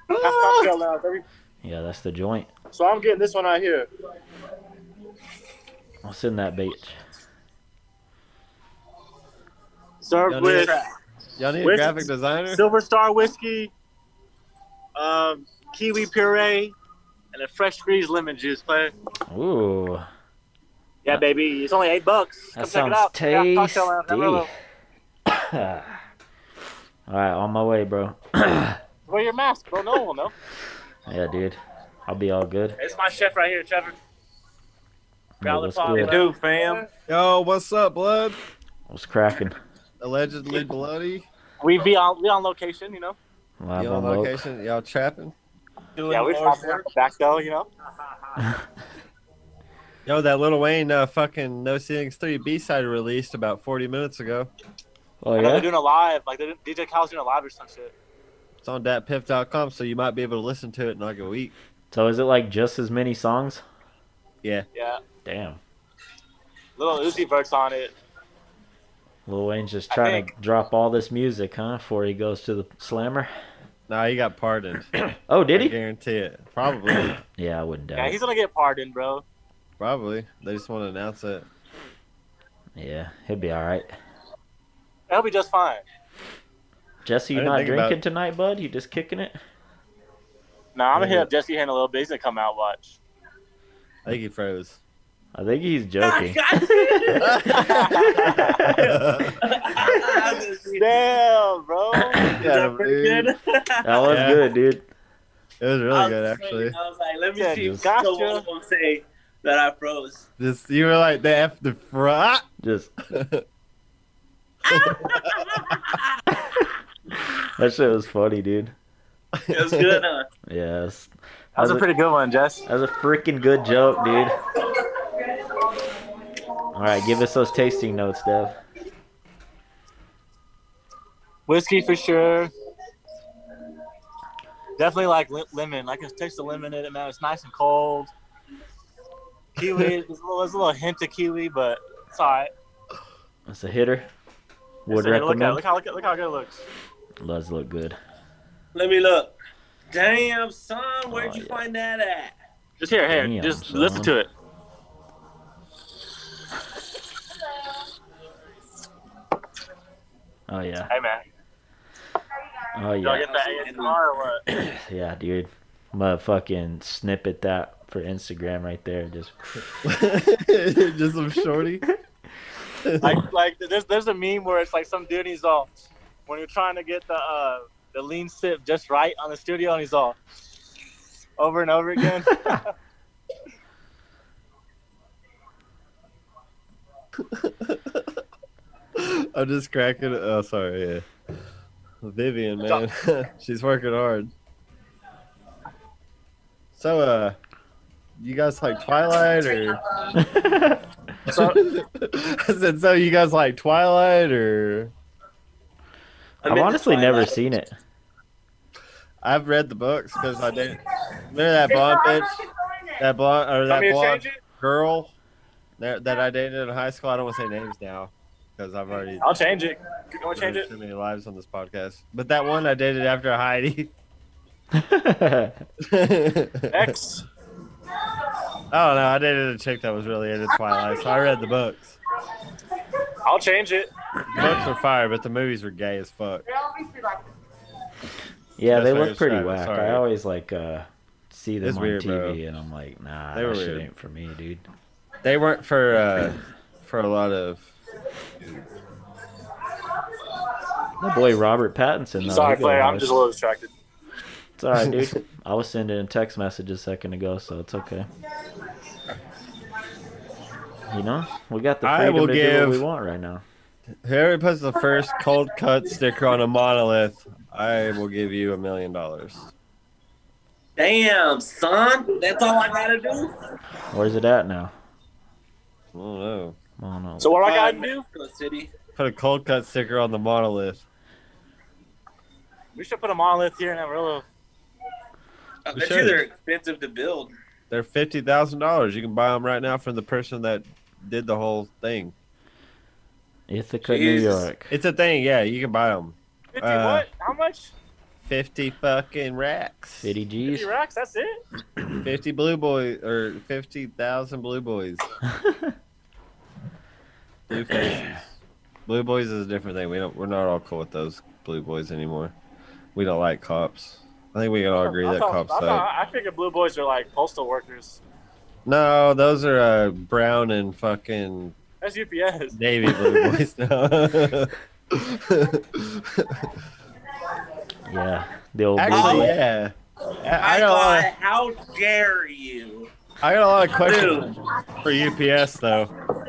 That's cocktail lounge, baby. yeah, that's the joint. So I'm getting this one right here. What's in that bitch? Served Y'all need, with a- y'all need a Where's- graphic designer? Silver Star whiskey, um, kiwi puree, and a fresh squeezed lemon juice, player. Ooh, Yeah, baby. It's only eight bucks. Come check Uh, that it sounds out. Yeah, tasty. cocktail lounge, Amarillo. *coughs* all right, on my way, bro. *coughs* Wear your mask, bro. No one will know. Yeah, dude. I'll be all good. *laughs* It's my chef right here, Trevor. Yeah, Growler what's Pop, good? bro. Dude, fam. Yo, what's up, blood? What's cracking? Allegedly bloody. We be on we on location, you know. Live Y'all on on Loke. location? Y'all trapping? Doing Yeah, yeah, we're we trying to the back though, you know. Yo, that Little Wayne uh, fucking No Ceilings 3 B side released about 40 minutes ago. Oh I know they're yeah. doing a live, like they're, doing- DJ Khaled's doing a live or some shit. It's on datpiff.com, so you might be able to listen to it in like a week. So is it like just as many songs? Yeah, Damn. little Uzi Vert's on it. Lil Wayne's just I trying to drop all this music, huh? Before he goes to the slammer. Nah, he got pardoned. Oh, *clears throat* did I he? guarantee it. Probably. Yeah, I wouldn't doubt. Yeah, it. he's gonna get pardoned, bro. Probably. They just want to announce it. Yeah, he'll be all right. That'll be just fine. Jesse, I you didn't not think about drinking it. tonight, bud? You just kicking it? Nah, I'm gonna hit Yeah. up Jesse here in a little bit. He's gonna come out watch. I think he froze. I think he's Ah, joking. *laughs* Damn, bro. *laughs* Yeah, dude. That was Yeah. good, dude. It was really good, *laughs* actually. I was uh, like, let me Yeah, see if gotcha. someone will say that I *laughs* froze. *laughs* Just you were like the F the front. Just that shit was funny, dude. It was good, huh? Yes. That was a pretty good one, Jess. That was a freaking good joke, dude. All right, give us those tasting notes, Dev. Whiskey for sure. Definitely like li- lemon. Like it takes the lemon in it, man. It's nice and cold. Kiwi, there's a little, there's a little hint of kiwi, but it's all right. That's a hitter. Would Just take a look, at it. recommend. look how look, at- look how good it looks. Does look good. Let me look. Damn, son, where'd Oh, you yeah. find that at? Just here, here. Damn, just son. listen to it. Oh yeah. Hey man, Oh y'all yeah. get that ASMR or what? Yeah, dude. Motherfucking snippet that for Instagram right there. *laughs* Just *laughs* Just some shorty. like *laughs* like there's there's a meme where it's like some dude he's all when you're trying to get the uh the lean sip just right on the studio and he's all *laughs* over and over again. *laughs* I'm just cracking. Oh, sorry. Yeah. Vivian, man, *laughs* she's working hard. So, uh, you guys like Twilight or? So- *laughs* I said, so you guys like Twilight or? I've I'm into honestly never Twilight. seen it. *laughs* I've read the books because I did. Remember that blonde bitch, that blonde or Want that me to blonde change it? girl that, that I dated in high school. I don't want to say names now because I've already I'll change it. You want to change there's it? too many lives on this podcast. But that one I dated after Heidi. *laughs* I *laughs* Next. don't know. I dated a chick that was really into Twilight, so I read the books. I'll change it. The books were fire, but the movies were gay as fuck. yeah, they That's look what I was pretty saying, whack. sorry. I always like uh, see them It's on weird, TV, bro. and I'm like, nah, They that were shit weird. ain't for me, dude. They weren't for uh, for a lot of. That boy Robert Pattinson. Though, Sorry, he got player. all I'm this- just a little distracted. It's all *laughs* right, dude. I was sending a text message a second ago, so it's okay. You know, we got the I freedom will to do give- what we want right now. Whoever puts the first cold cut sticker on a monolith, I will give you a million dollars. Damn, son. That's all I gotta do. Where's it at now? I don't know. Oh no. So what do I got to Uh, do? Mexico City. Put a cold cut sticker on the monolith. We should put a monolith here in Amarillo. I We bet you should. they're expensive to build. They're fifty thousand dollars. You can buy them right now from the person that did the whole thing. Ithaca, New Jesus. York. It's a thing, yeah. You can buy them. 50 Uh, what? How much? Fifty fucking racks. 50 G's. 50 racks? That's it? Fifty blue boys or fifty thousand blue boys. Blue faces. blue boys is a different thing. We don't. We're not all cool with those blue boys anymore. We don't like cops. I think we can all agree I that thought- cops I, suck. thought, I figured blue boys are like postal workers. No, those are uh, brown and fucking That's UPS. navy blue boys now. *laughs* yeah, the old blue Actually, boy. yeah. I, I My got a lot. God, how dare you? Of, I got a lot of Dude, questions for UPS though.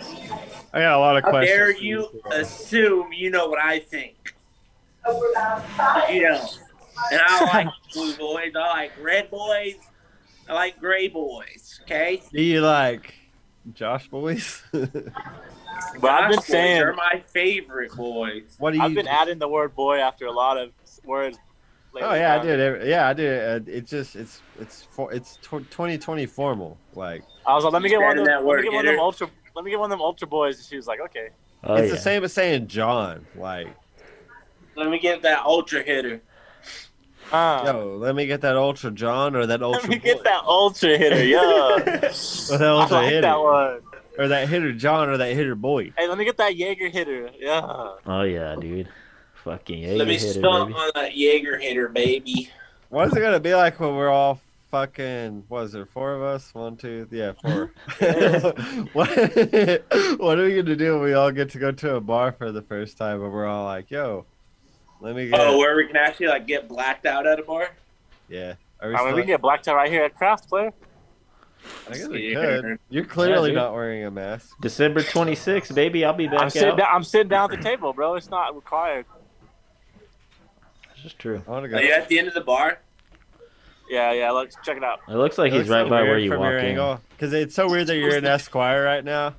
I got a lot of how questions. dare for you UPS. assume you know what I think? You know. And *laughs* I like blue boys. I like red boys. I like gray boys. Okay? Do you like Josh boys? *laughs* But I've been Gosh, boys saying, They're my favorite boys. what do you? I've been adding the word boy after a lot of words. lately. oh yeah, I did. every- Yeah, I did. Uh, It's just it's it's for it's tw- 2020 formal. Like I was like, let me get one of Adding them. that Let word, me get one get of her. them ultra. Let me get one of them ultra boys. And she was like, okay. Oh, it's yeah. the same as saying John. Like Let me get that ultra hitter. Uh, yo, let me get that ultra John or that *laughs* ultra let me boy, get that ultra hitter. *laughs* Yeah. or that I ultra like hitter that one. or that hitter John or that hitter boy. Hey, let me get that Jaeger hitter. Yeah. Oh yeah, dude. Fucking yeah, Let me you hit it, stomp baby. on that Jaeger hitter, baby. What is it gonna be like when we're all fucking? What is there? Four of us? One, two, yeah, *laughs* four. what, what are we gonna do when we all get to go to a bar for the first time and we're all like, "Yo, let me get." Oh, where we can actually like get blacked out at a bar. yeah. Are we I mean, still- we can get blacked out right here at Craft Player. I guess we could. You're Yeah, clearly dude. not wearing a mask. December 26th, baby. I'll be back I'm out. sitting, down, I'm sitting down at the table, bro. It's not required. This is true. I want to go. Are you at the end of the bar? Yeah, yeah. Let's check it out. It looks like he's right by where you walk in. Because it's so weird that you're in Esquire right now.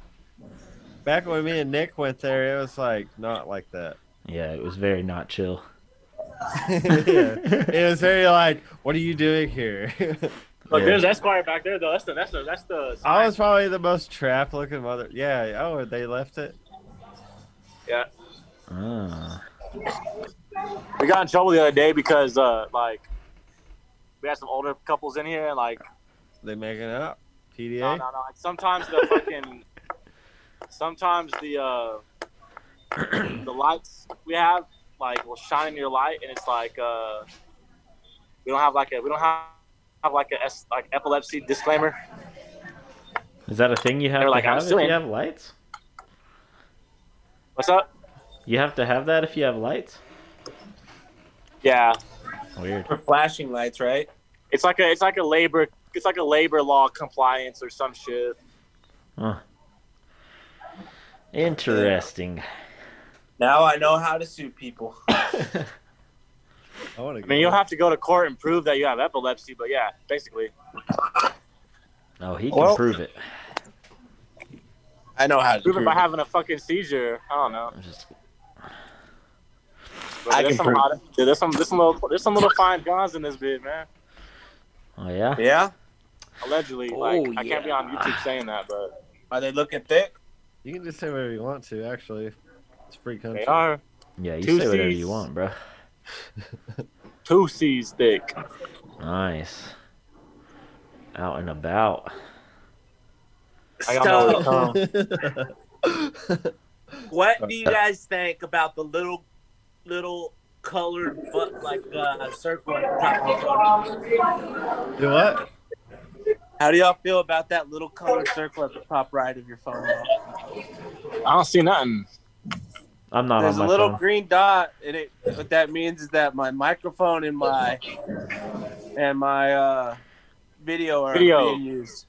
Back when me and Nick went there, it was like not like that. *laughs* Yeah, it was very not chill. yeah. It was very like, "What are you doing here?" *laughs* Look, Yeah. there's Esquire back there though. That's the that's the that's the. I was probably the most trap looking mother. Yeah. Oh, they left it. Ah. We got in trouble the other day because uh like we had some older couples in here and like They making out. PDA. no no no like, sometimes the fucking sometimes the uh the lights we have like will shine in your light and it's like uh we don't have like a we don't have have like a S- like epilepsy disclaimer. Is that a thing you have They're to like, I'm have if suing. you have lights? What's up? You have to have that if you have lights? Yeah, Weird. For flashing lights, right? it's like a it's like a labor it's like a labor law compliance or some shit. Interesting. Now I know how to sue people. I want to. I mean, you'll have to go to court and prove that you have epilepsy, but yeah, basically. Oh, he can Well- prove it. I know how to Prove it by having a fucking seizure. I don't know. I'm just- But I there's can some prove hot- dude, there's some, there's some little, there's some little fine guns in this bit, man. Oh yeah. Yeah? Allegedly, Oh, like I can't be yeah. on YouTube saying that, but Are they looking thick? You can just say whatever you want to. Actually, it's a free country. they are Yeah, you Two say whatever Cs. you want, bro. two C's thick. Nice. Out and about. I got no *laughs* way to So, come. *laughs* what do you guys think about the little, little colored, but like uh, circle on the top of the podium? Do what? How do y'all feel about that little colored circle at the top right of your phone? I don't see nothing. I'm not There's on a my little phone. green dot, and it what that means is that my microphone and my and my uh, video are Video. being used.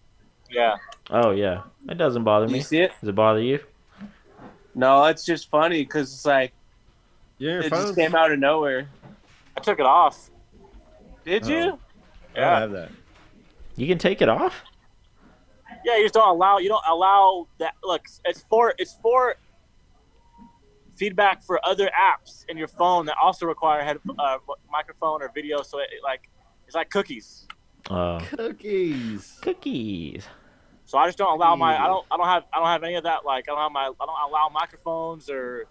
Yeah, oh yeah, it doesn't bother Do you me. see it? Does it bother you? No, it's just funny because it's like You're it your phone. just came out of nowhere. I took it off. Did you? I don't Yeah, have that. You can take it off. yeah. You just don't allow. You don't allow that. Look, it's for it's for feedback for other apps in your phone that also require head uh, microphone or video. So it, it like it's like cookies. Uh, Cookies. cookies. So I just don't allow Hmm. my I don't I don't have I don't have any of that like I don't have my I don't allow microphones or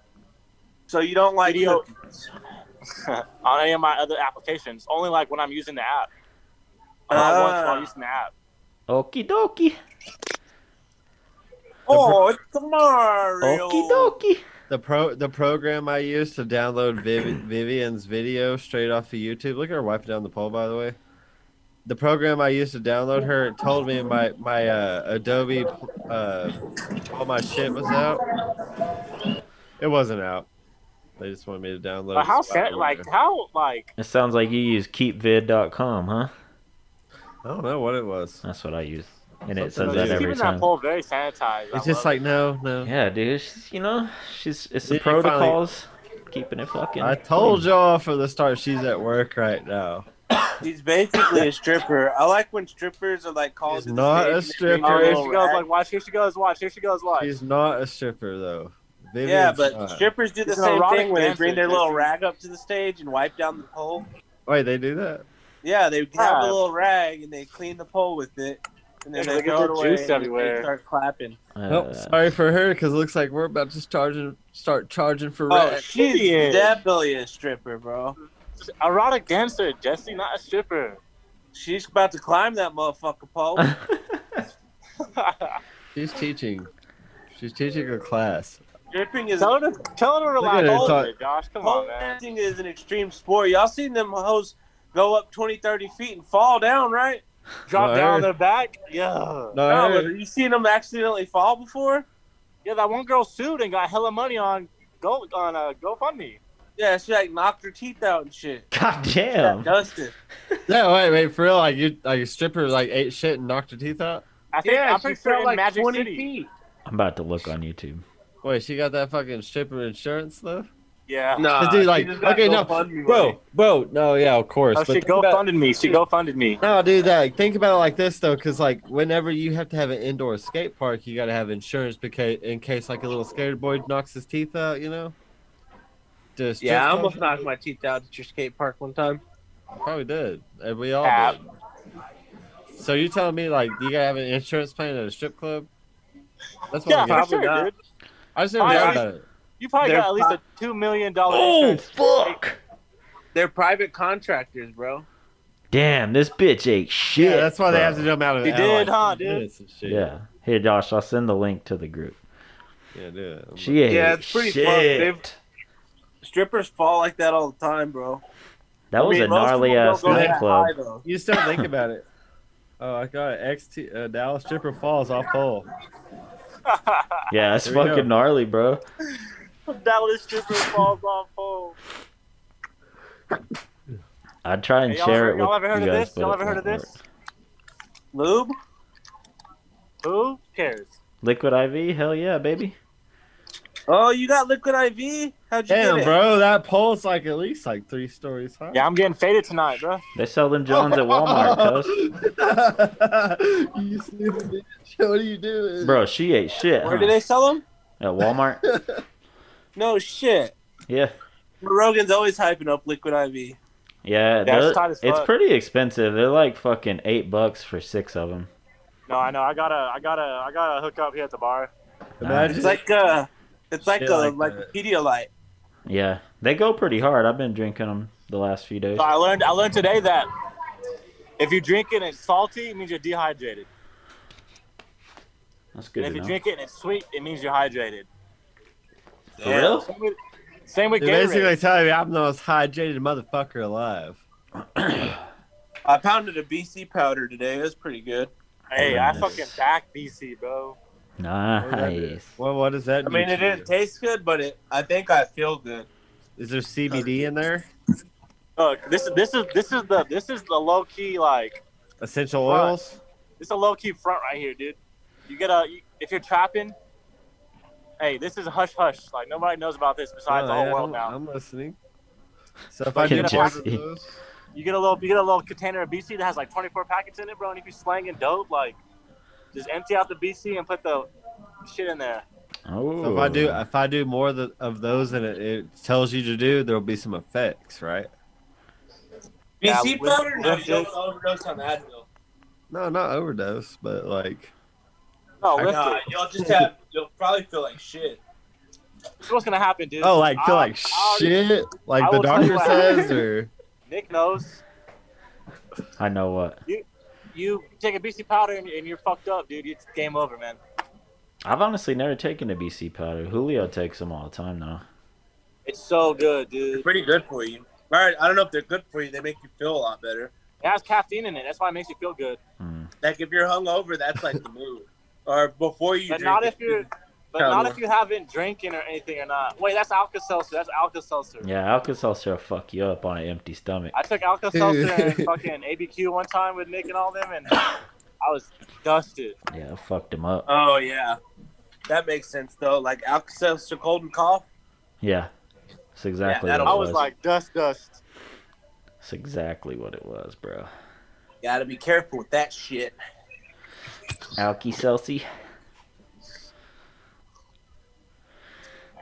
So you don't like Video. cookies. on any of my other applications. Only like when I'm using the app. Not Ah. once while I'm using the app. Okie dokie. Oh, it's the Mario. Okie dokie. The pro the program I use to *clears throat* download Viv- Vivian's video straight off of YouTube. Look at her wiping down the pole, by the way. The program I used to download her it told me my my uh, Adobe uh, all my shit was out. It wasn't out. They just wanted me to download. But it how slightly sad like later. how like It sounds like you use keepvid.com, huh? I don't know what it was. That's what I use, and it says Something that she's like every keeping time. that poll very sanitized. I It's just love like no, no. Yeah, dude. She's, you know, she's it's the Did you finally- protocols, keeping it fucking. I told y'all from the start she's at work right now. He's basically a stripper. I like when strippers are like called. He's to the not stage and a they it. stripper. make Oh, a here little she goes, rag. like watch, here she goes, watch, here she goes, watch. She's not a stripper though. yeah, Vivian's but not. strippers do the It's an same erotic thing where they dancer, bring their little Jesse. rag up to the stage and wipe down the pole. wait, they do that. Yeah, they have a Yeah. little rag and they clean the pole with it, and then Yeah, they they get throw it that away juice and they everywhere. start clapping. Uh, Nope, sorry for her because looks like we're about to charging, start charging for Oh, rent. she's Idiot. definitely a stripper, bro. Erotic dancer, Jesse, not a stripper. *laughs* She's about to climb that motherfucker pole. She's teaching. She's teaching a class. Stripping is tell her to tell her to Look at relax her a little talk- bit, Josh. Come pole on, man. dancing is an extreme sport. Y'all seen them hoes go up 20, 30 feet and fall down, right? Drop No, down her- on their back. Yeah. No, No, her- but you seen them accidentally fall before? Yeah, that one girl sued and got hella money on go on uh, GoFundMe. Yeah, she like knocked her teeth out and shit. God Got Oh. damn. dusted. no, wait, wait, for real. Like you, like a stripper, like ate shit and knocked her teeth out. I think yeah, I'm pretty she sure fell in like Magic 20 City. feet. I'm about to look on YouTube. Wait, she got that fucking stripper insurance though. Yeah. No, This dude, like, okay, no, Bro, bro, no, yeah, of course. Oh, but she think about- GoFunded me. She GoFunded me. No, dude, that like, think about it like this though, because like whenever you have to have an indoor skate park, you gotta have insurance because in case like a little skater boy knocks his teeth out, you know. Just Yeah, I just- almost knocked my teeth out at your skate park one time. probably did, and we all Ab. did. So you telling me like you gotta have an insurance plan at a strip club? That's what Yeah, I'm for getting. sure, not. dude. I just never I- thought I- about it. You probably They're got at least a two million dollar. Oh fuck! They're private contractors, bro. Damn, this bitch ate shit. Yeah, that's why they bro. have to jump out of He it. did, huh, dude? Yeah, Yeah. Here, Josh, I'll send the link to the group. yeah, dude. I'm She ate Yeah, it's pretty shit. fucked. They've- Strippers fall like that all the time, bro. That was I a mean, most gnarly uh, people don't ass go that nightclub. high, *laughs* though. You still think about it. Oh, I got it. XT uh, Dallas stripper falls off pole. Yeah, it's There we go. fucking gnarly, bro. Dallas stripper falls off pole. I'd try and Hey, y'all share ever- it with y'all ever heard you of guys, this? but Y'all it ever heard of won't this? work. Lube? Who cares? Liquid IV? Hell yeah, baby. Oh, you got liquid IV? How'd you get Damn, it? bro, that pole's like at least like three stories high. Yeah, I'm getting faded tonight, bro. They sell *laughs* them Johns at *laughs* Walmart, cuz. you stupid bitch. What are you doing? Bro, she ate shit. Where huh? do they sell them? At Walmart? No shit. Yeah. Rogan's always hyping up liquid IV. Yeah, That's those- tight as it's fuck. pretty expensive. They're like fucking eight bucks for six of them. No, I know. I gotta, I gotta, I gotta hook up here at the bar. Imagine- It's like uh it's like Shit a like like a that. Pedialyte. Yeah, they go pretty hard. I've been drinking them the last few days. So I learned, I learned today that if you drink it and it's salty, it means you're dehydrated. That's good And if to you know. drink it and it's sweet, it means you're hydrated. For real? Same with, same *laughs* with You're basically Gatorade. telling me I'm the most hydrated motherfucker alive. I pounded a BC powder today. It was pretty good. Hey, I Nice. fucking back BC, bro. What does that do? Nice. Well, what does that? I mean, do it to didn't taste good, but it I think I feel good. you? Is there CBD in there? Look, this is this is this is the this is the low key like Essential Fuck. oils? this is a low key front right here, dude. You get a you- if you're trapping. Hey, this is hush hush. Like nobody knows about this besides the Oh, whole yeah, world I'm, now. I'm listening. So if I Fucking get a Jesse. box of those, You get a little you get a little container of BC that has like 24 packets in it, bro. And if you slanging dope, like just empty out the BC and put the shit in there. Oh. so if I do, if I do more th- of those than it, it tells you to do, there'll be some effects, right? Yeah, BC with- powder? No, with you don't this- overdose on Advil. No, not overdose, but like No, I lift Nah, it. you'll just have you'll probably feel like shit. That's what's gonna happen, dude. Ah, oh, like feel I- like I already- shit, like I the will tell you doctor what says, or Nick knows. I know what. You take a BC powder and, and you're fucked up, dude. It's game over, man. I've honestly never taken a BC powder. Julio takes them all the time now. It's so good, dude. They're It pretty good for you. All right, I don't know if they're good for you. They make you feel a lot better. has caffeine in it. That's why it makes you feel good. Hmm. Like if you're hungover, that's like the move. Or before you But drink not it. if you're, but Kinda not more. if you haven't drinking or anything or not. Wait, that's Alka Seltzer. That's Alka Seltzer. Yeah, Alka Seltzer will fuck you up on an empty stomach. I took Alka Seltzer *laughs* and fucking ABQ one time with Nick and all them, *coughs* and I was dusted. Yeah, I fucked him up. Oh yeah, that makes sense though. Like Alka Seltzer cold and cough. Yeah, that's exactly that'll- what I it was was. like dust, dust. that's exactly what it was, bro. Gotta be careful with that shit. Alky Seltzy.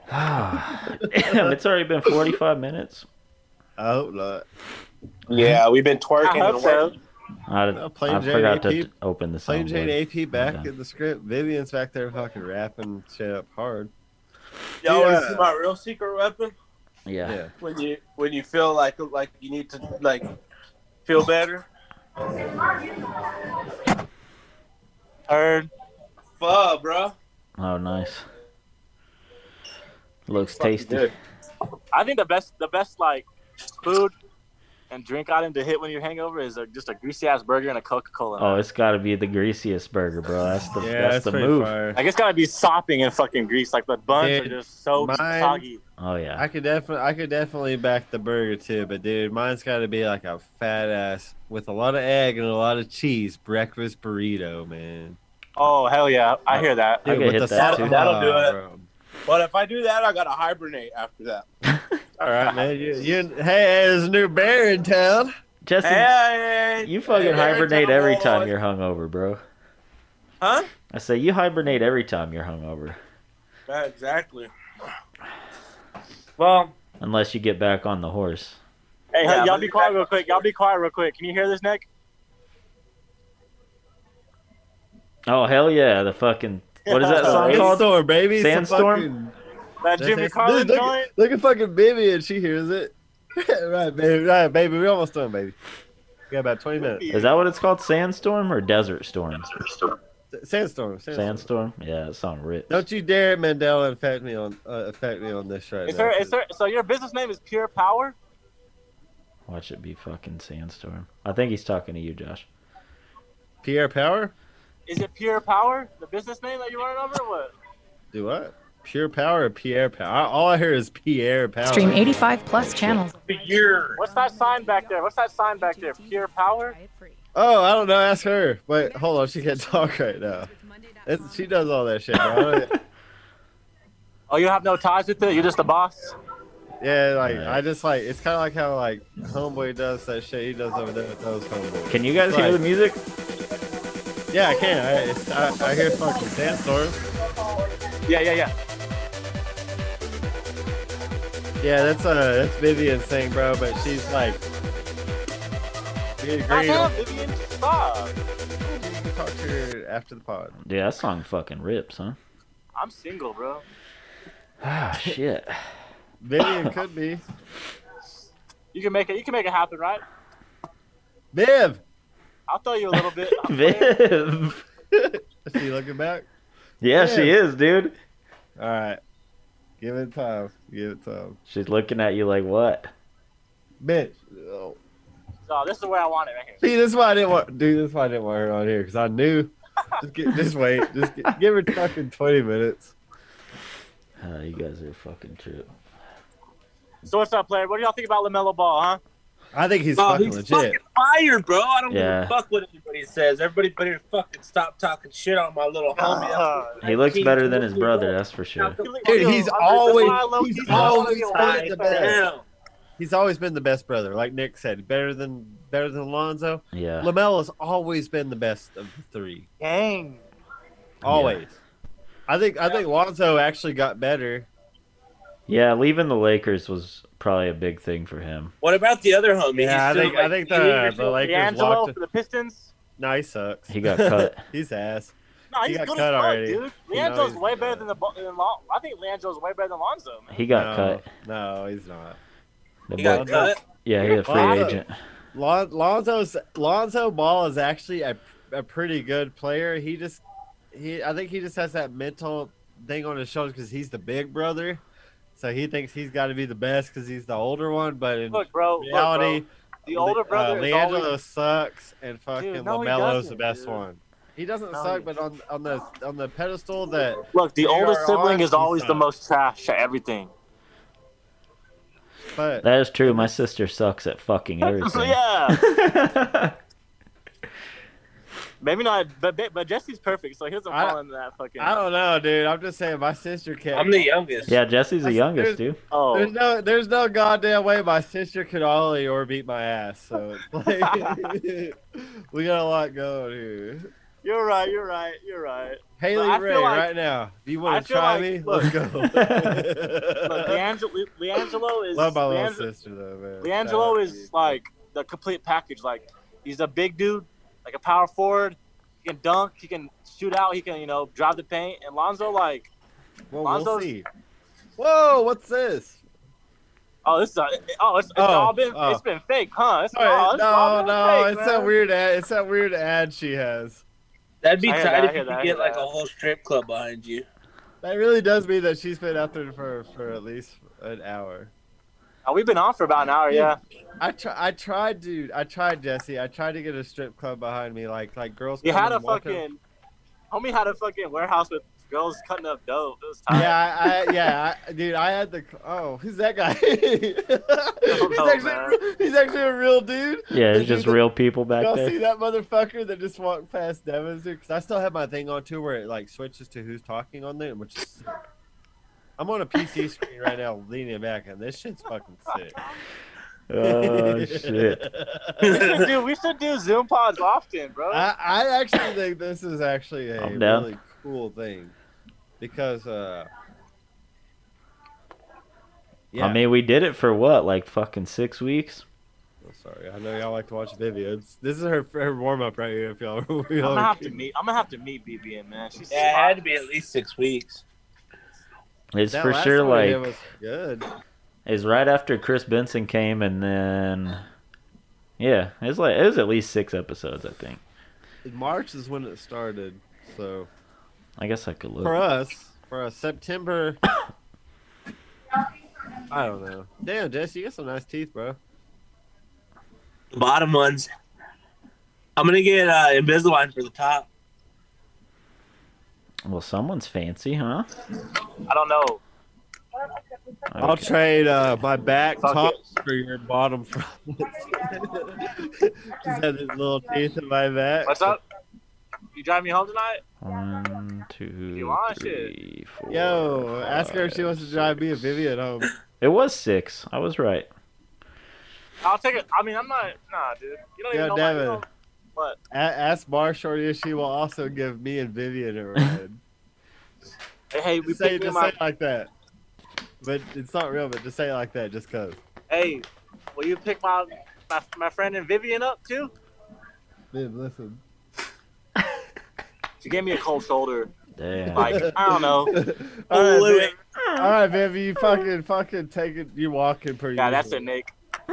*sighs* Damn, it's already been 45 minutes. I *laughs* hope Oh, not. Yeah, we've been twerking. I hope so. I, Uh, No, plain I Jane forgot to AP. t- open the Plain Jane soundboard. AP back Okay. in the script. Vivian's back there fucking rapping shit up hard. Y'all want Yeah. to see my real secret weapon? Yeah. Yeah. When you when you feel like like you need to like feel better. Heard. Fuh, bro. Oh, nice. Looks Fucking tasty. good. I think the best, the best like food and drink item to hit when you're hangover is a, just a greasy ass burger and a Coca Cola. Oh, it's got to be the greasiest burger, bro. That's the yeah, that's, that's the pretty move. fire. Like it's gotta be sopping in fucking grease. Like the buns Dude, are just so mine- soggy. Oh yeah. I could definitely, I could definitely back the burger too, but dude, mine's got to be like a fat ass with a lot of egg and a lot of cheese breakfast burrito, man. Oh hell yeah, I hear that. I Dude, could with hit the that, sa- too. That'll do Oh, it. bro. But if I do that, I gotta hibernate after that. All right, man. You, you, hey, there's a new bear in town. Jesse, Hey, you fucking every hibernate every I'm time on- you're hungover, bro. Huh? I say you hibernate every time you're hungover, Yeah, exactly. Well, unless you get back on the horse. Hey, Yeah, y'all but- be quiet real quick. Y'all be quiet real quick. Can you hear this, Nick? Oh hell yeah, the fucking what is that Oh, song it's- called? Sandstorm, baby. It's a Sandstorm? fucking- That That's- Jimmy that's- Carlin dude, look, joint. Look at fucking baby, and she hears it. *laughs* right, baby. Right, baby. We almost done, baby. We got about 20 minutes. Is that what it's called? Sandstorm or Desert Storm? Sandstorm. Sandstorm. Sandstorm. Yeah, that song rips. Don't you dare, Mandela, affect me on uh, affect me on this show. Is there, is there, so your business name is Pure Power? Watch it be fucking Sandstorm. I think he's talking to you, Josh. Pierre Power? Is it Pure Power, the business name that you're running over? or What? Do what? Pure Power or Pierre Power? All I hear is Pierre Power. Stream 85 plus channels. the year. What's that sign back there? What's that sign back there? Pure Power? Oh, I don't know. Ask her. Wait, *laughs* hold on. She can't talk right now. It's, she does all that shit. Bro. I don't- Oh, you have no ties with it. You're just the boss. Yeah, like Right. I just like it's kind of like how like homeboy does that shit he does over there with those homeboys. Can you guys hear Right. the music? Yeah, I can. I, it's, I, I hear fucking sandstorms. Yeah, yeah, yeah. Yeah, that's uh, that's Vivian's thing, bro. But she's like, we agreed. Goddamn, on- Vivian, stop. You can talk to her after the pod. *sighs* Dude, that song fucking rips, huh? I'm single, bro. Ah, shit. Vivian could be. You can make it. You can make it happen, right? Viv, I'll throw you a little *laughs* bit. I'm playing. *laughs* Viv. is she looking back? Yeah, she is, dude. All right, give it time. Give it time, She's looking at you like, what? bitch. Oh. So this is where I want it right here. See, this is why I didn't want. Dude, this is why I didn't want her on here because I knew. Just, get, just wait. Just get, give her fucking twenty minutes. Ah, you guys are a fucking trip. So what's up, player? What do y'all think about Lamelo Ball, huh? I think he's Oh, fucking he's legit. fucking fired, bro. I don't Yeah. give a fuck what anybody says. Everybody better fucking stop talking shit on my little homie. That's He looks 19, better than his 22 brother, that's for sure. Dude, he's That's why I always- low-key he's don't wanna always be a been Warriors the fan. best. Damn. He's always been the best brother, like Nick said. Better than better than Alonzo. Yeah. Lamelo's always been the best of the three. Dang. Always. I think I think Lonzo actually got better. Yeah, leaving the Lakers was probably a big thing for him. What about the other homie? Yeah, I He's think still, I think like, the, leaders the Lakers D'Angelo walked. for the Pistons. No, he sucks. He got cut. *laughs* He's ass. No, He he's got good cut as fuck, already. dude. He knows Leandro's he's way good. better than the Bo- than Lon- I think Leandro's way better than Lonzo, man. He got no, cut. No, he's not. The boy- He got Well, cut. yeah, he's a free Wow. agent. Lon, Lonzo's Lonzo Ball is actually a, a pretty good player. He just he I think he just has that mental thing on his shoulders because he's the big brother, so he thinks he's got to be the best because he's the older one. But in Look, bro. Look, bro. reality, The older brother uh, is Leandro always sucks, and fucking Dude, no, he Lamelo's the doesn't, best dude. one. He doesn't No, suck, he- but on on the on the pedestal that Look, the They oldest are sibling on is always the Tucson. most trash at everything. but That is true. My sister sucks at *laughs* fucking So, everything. yeah, maybe not, but but- but Jesse's perfect, so he doesn't I- fall into that fucking. I don't know, dude. I'm just saying, my sister can't. I'm the *laughs* youngest. yeah, Jesse's the That's- youngest, dude. oh, There's no, there's no goddamn way my sister could ollie or beat my ass. *laughs* So it's like, *laughs* we got a lot going here. you're right, you're right, you're right. But I Haley feel Ray, like- right now. If you I want to feel try like- me, *laughs* look. let's go. Look, Leangelo, *laughs* Leangelo is Love my little Leandro- sister though, man. Leangelo is like the complete package. Like he's a big dude, like a power forward. He can dunk. He can shoot out. He can you know drive the paint. And Lonzo, like, Well, we'll Lonzo's- see. Whoa, what's this? oh, this is a, oh, it's, it's Oh, all been oh. it's been fake, huh? It's, oh, Alright, it's all no, been no, fake, it's man. that weird ad. It's that weird ad she has. That'd be I hear tight that, I if hear you that, I could hear get like that. a whole strip club behind you. That really does mean that she's been out there for for at least an hour. Oh, we've been on for about an hour, yeah. I try, I tried, dude. I tried, Jesse. I tried to get a strip club behind me, like like girls. You come had a and walk up- fucking homie had a fucking warehouse with girls cutting up dope. It was tight. Yeah, I, I yeah, I, dude. I had the. Oh, who's that guy? *laughs* he's, know, actually, Oh, man. he's actually a real dude. Yeah, The it's just dude real people that- back Y'all see there. that motherfucker that just walked past Devin's dude? Because I still have my thing on too, where it like switches to who's talking on there, which is. Sick. I'm on a PC screen right now, leaning back, and this shit's fucking sick. *laughs* we Oh shit. should do we should do Zoom pods often, bro. I, I actually think this is actually a I'm down. really cool thing because uh yeah. I mean, we did it for what, like fucking six weeks? I'm Oh, sorry, I know y'all like to watch videos. This is her her warm up right here. If y'all, *laughs* I'm gonna have to meet. I'm gonna have to meet BBN, man. She's Yeah, it had to be at least six weeks. It's That for last sure one we did like was good. it's right after Chris Benson came, and then yeah, it's like it was at least six episodes, I think. March is when it started, so I guess I could look. for us, for us September. *coughs* I don't know. Damn, Jesse, you got some nice teeth, bro. The bottom ones. I'm gonna get uh, Invisalign for the top. Well, someone's fancy, huh? I don't know. I'll Okay. trade uh, my back Fuck top for your bottom *laughs* fronts. Just have these little teeth in my back. What's up? You drive me home tonight? One, two, want three, four. Yo, ask her if she five, wants to drive me a six. *laughs* Vivian home. It was six. I was right. I'll take it. I mean, I'm not. Nah, dude. You don't even know Yo, my. you Devin. don't- What? A- ask Bar Shorty if she will also give me and Vivian *laughs* a ride. Hey, we just say, picked me and just say my. it like that. But it's not real, but just say it like that just because. Hey, will you pick my my, my friend and Vivian up too? Dude, listen. She gave me a cold *laughs* shoulder. Damn. Like I don't know. All right, Blew Viv. it. All right, Vivi, you fucking, fucking take it. You walking pretty Yeah, that's usual. it, Nick.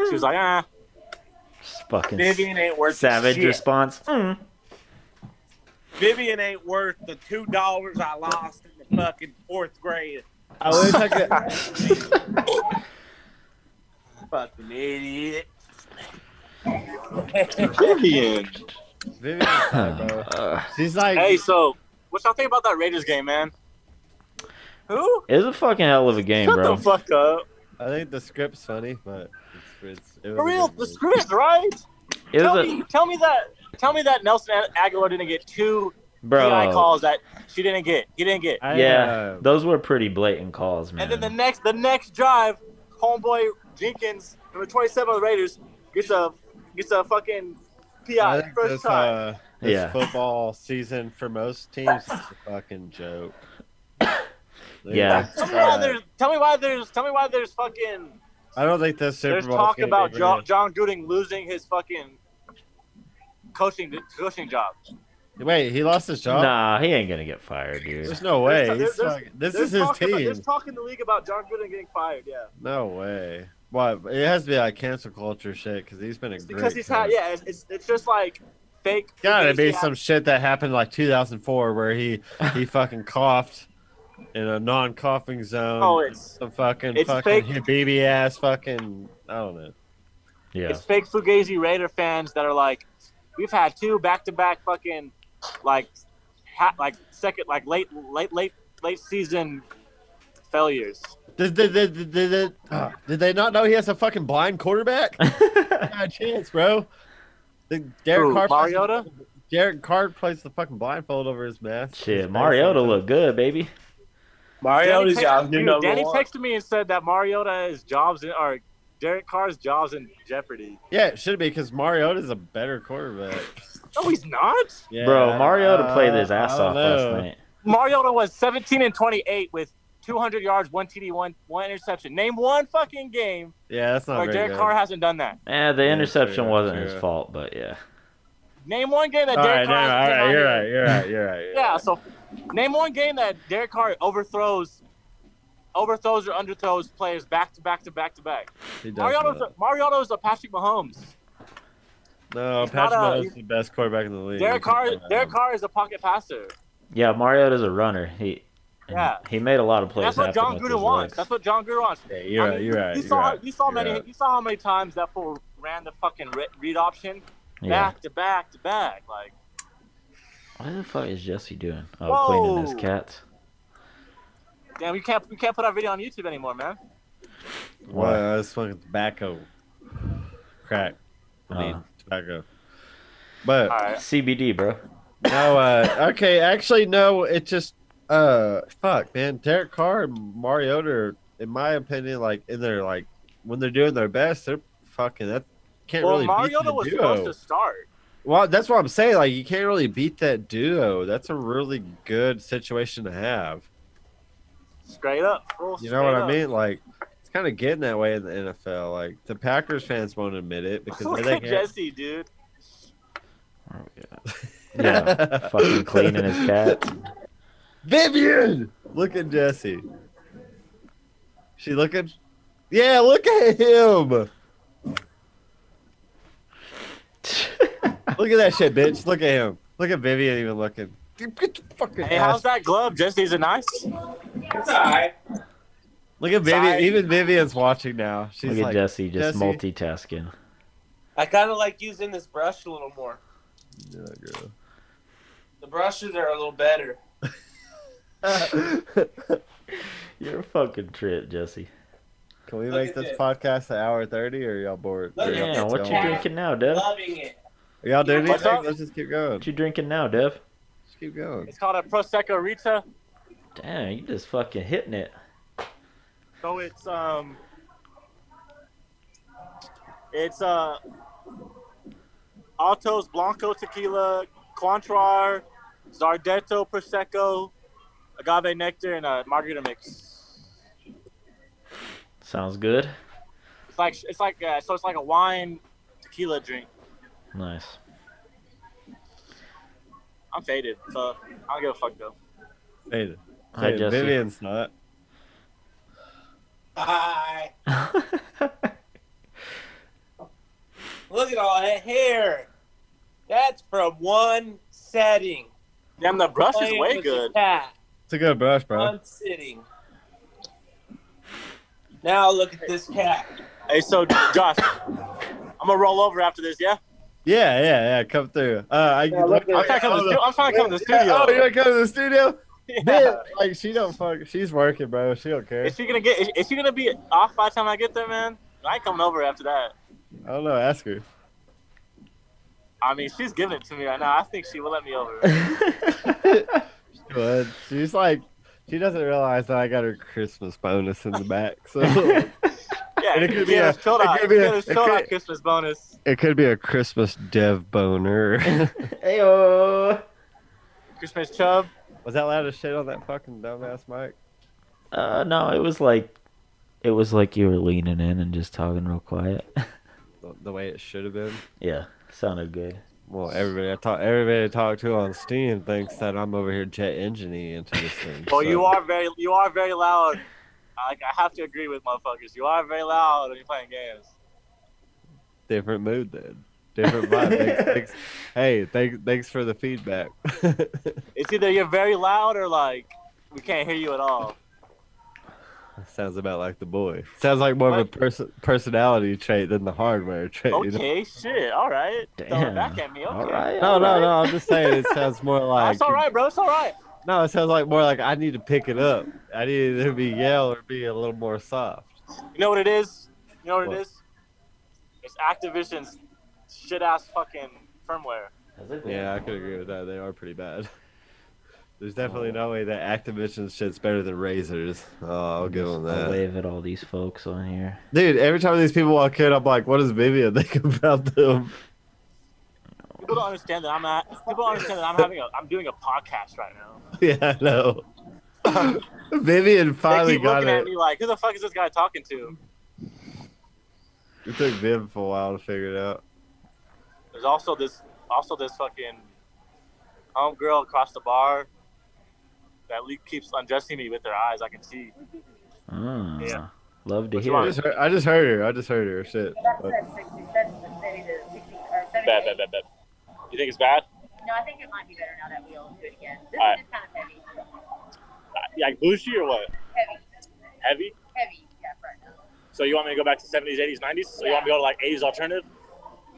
She was like, ah. Just fucking Vivian ain't worth savage *laughs* Shit. response. Mm. Vivian ain't worth the two dollars I lost in the fucking fourth grade. I wish I could. Fucking idiot. Vivian. Vivian's *laughs* fine, bro. Uh, She's like, Hey, so what y'all think about that Raiders game, man? Who? it was a fucking hell of a game, Shut bro. the fuck up. I think the script's funny, but it's, it's, it was For a real, good the movie. script, right? It tell was a me, tell me that, tell me that Nelson Aguilar didn't get two PI bro. calls that she didn't get. He didn't get. I, Yeah, uh, those were pretty blatant calls, man. And then the next, the next drive, homeboy Jenkins, number twenty-seven of the Raiders, gets a gets a fucking I PI think first this, time. uh, this Yeah. football season for most teams is a fucking joke. They're Yeah. like, Tell me why uh, there's, tell me why there's, tell me why there's fucking. I don't think this Super There's Bowl. talk about John, John Gruden losing his fucking coaching coaching job. Wait, he lost his job. Nah, he ain't gonna get fired, dude. There's no way. There's- He's there's- fucking- this There's is his talk about- team. there's talk in the league about John Gruden getting fired. Yeah, No way. Why? It has to be like cancel culture shit because he's been a it's great. because he's had. coach. Yeah, it's, it's it's just like fake. Gotta fake be ACI. some shit that happened like 2004 where he *laughs* he fucking coughed in a non-coughing zone. Oh, it's some fucking it's fucking fake. baby ass fucking. I don't know. Yeah, it's fake Fugazi Raider fans that are like, we've had two back to back fucking like ha- like second like late late late late season failures. Did did did did, did, did, uh, did they not know he has a fucking blind *laughs* quarterback? Not a chance, bro. The Derek Who, Carr plays- Mariota? Derek Carr plays the fucking blindfold over his mask. shit. Mariota looked good, baby. Mariota's Danny, y'all text- new dude, number Danny one. texted me and said that Mariota's jobs in, or Derek Carr's jobs in jeopardy. Yeah, it should be because Mariota's a better quarterback. No, he's not. Yeah, uh, bro, Mariota played his I ass don't off know. last night. Mariota was 17 and 28 with 200 yards, one TD, one one interception. Name one fucking game Yeah, that's not where very Derek good. Carr hasn't done that. Eh, the Yeah, interception true, wasn't true. his fault, but yeah. Name one game that all right, Derek no, Carr. all hasn't been right, on you're the- right, you're right, you're right. you're Yeah. right. So, name one game that Derek Carr overthrows, overthrows or underthrows players back to back to back to back. He does Mariota's not. a, Mariota's a Patrick Mahomes. no, he's Patrick not a- Mahomes is the best quarterback in the league. Derek Carr. Um, Derek Carr is a pocket passer. Yeah, Mariota's a runner. He and Yeah. he made a lot of plays. That's what happen John with Gruden his wants. legs. That's what John Gruden wants. Yeah, you're I right, mean, you're right. You you're saw. right, You saw you're many. right. You saw how many times that fool ran the fucking re- read option Yeah. back to back to back. Like, What the fuck is Jesse doing? Oh, Whoa. cleaning his cats. damn, we can't we can't put our video on YouTube anymore, man. Well, I was smoking tobacco. Crack. I mean, Uh. tobacco. But All right. CBD, bro. no, uh, okay, actually, no, it just, uh, fuck, man. Derek Carr and Mariota, are, in my opinion, like, in their, like, when they're doing their best, they're fucking, that can't Well, really beat Mariota the was duo. supposed to start. Well, that's what I'm saying. Like, you can't really beat that duo. That's a really good situation to have. Straight up. Full You know what straight I up. mean? Like, it's kind of getting that way in the NFL. Like, the Packers fans won't admit it *laughs* because Look they at think Jesse, dude. Where we at? Yeah, fucking cleaning his cat. *laughs* Vivian, look at Jesse. She looking. Yeah, look at him. Look at that shit, bitch. Look at him. Look at Vivian even looking. Dude, Get your fucking Hey, ass how's that glove, Jesse? Is it nice? It's all right. Look at Vivian. Sorry. Even Vivian's watching now. She's Look at like, Jesse just Jesse. multitasking. *laughs* I kind of like using this brush a little more. "Yeah, girl." The brushes are a little better. You're a fucking trip, Jesse. Can we Look make at this this. podcast an hour thirty, or y'all bored? Look at Or y'all Damn, this what keep you cat. going? drinking now, Dev? Loving it. Are y'all doing What's anything? up? Let's just keep going. What you drinking now, Dev? Just keep going. It's called a prosecco rita. Damn, you just fucking hitting it. So it's um, it's uh, Altos Blanco tequila, Cointreau, Zardetto prosecco, agave nectar, and a margarita mix. Sounds good. It's like it's like uh, so it's like a wine tequila drink. Nice. I'm faded, so I don't give a fuck though. Hey, Hi, hey, Jesse. Vivian's not. Hi. Look at all that hair. That's from one setting. Damn, the brush is Playing way with the good. cat. It's a good brush, bro. One sitting. Now look at this cat. Hey, so Josh, I'm gonna roll over after this, yeah? Yeah, yeah, yeah. Come through. Uh, I, Yeah, look I'm at trying to come to the, stu- I'm trying to come to the Yeah, studio. Oh, you want to come to *laughs* the studio? Yeah. *laughs* Man, like she don't fuck. She's working, bro. She don't care. Is she gonna get? Is, is she gonna be off by the time I get there, man? I ain't coming over after that. I don't know. Ask her. I mean, she's giving it to me right now. I think she will let me *laughs* over. But she's like, she doesn't realize that I got her Christmas bonus in the back. *laughs* So Yeah, And it could be a it chilled out, could be a- get us it chilled could- out Christmas bonus, it could be a Christmas *laughs* dev boner. Ayo. Christmas chub. Was that loud as shit on that fucking dumbass mic? Uh, no, it was like, it was like you were leaning in and just talking real quiet. *laughs* The, the way it should have been. yeah, sounded *laughs* good. Well, everybody I talk, everybody I talk to on Steam thinks that I'm over here jet engineering into this thing. Well, so- Oh, you are very, you are very loud. I, I have to agree with motherfuckers. You are very loud when you're playing games. different mood then. Different vibe. *laughs* thanks, thanks, hey, thanks, thanks for the feedback. *laughs* It's either you're very loud or like we can't hear you at all. Sounds about like the boy. Sounds like more of a What? perso- personality trait than the hardware trait. you know? Okay, shit. All right. Throw it Damn. back at me. Okay. All right. No, no, no. I'm just saying it sounds more like. *laughs* That's all right, bro. It's all right. No, it sounds like more like I need to pick it up. I need to either be yell or be a little more soft. You know what it is? You know what, What? it is? It's Activision's shit ass fucking firmware. Yeah, I could agree with that. They are pretty bad. *laughs* There's Oh. definitely no way that Activision shit's better than Razors. Oh, I'll give them I'll that. wave at all these folks on here. Dude, every time these people walk in, I'm like, what does Vivian *laughs* think about them? *laughs* People don't understand that I'm not. People don't understand that I'm having a. I'm doing a podcast right now. yeah, I know. *laughs* Vivian They finally keep got looking at it. me like, who the fuck is this guy talking to? It took Viv for a while to figure it out. There's also this, also this fucking homegirl across the bar that le- keeps undressing me with her eyes. I can see. Ah, Yeah. Love to What's hear wrong? I it. just, heard, I just heard her. I just heard her. Shit. That's at 67 was steady to 60, or 78. Bad, bad, bad, bad. You think it's bad? No, I think it might be better now that we'll do it again. This Alright. is just kind of heavy. Like bougie or what? Heavy. Heavy. Heavy stuff right now. So you want me to go back to 70s, 80s, 90s? So you want me to go to like 80s alternative?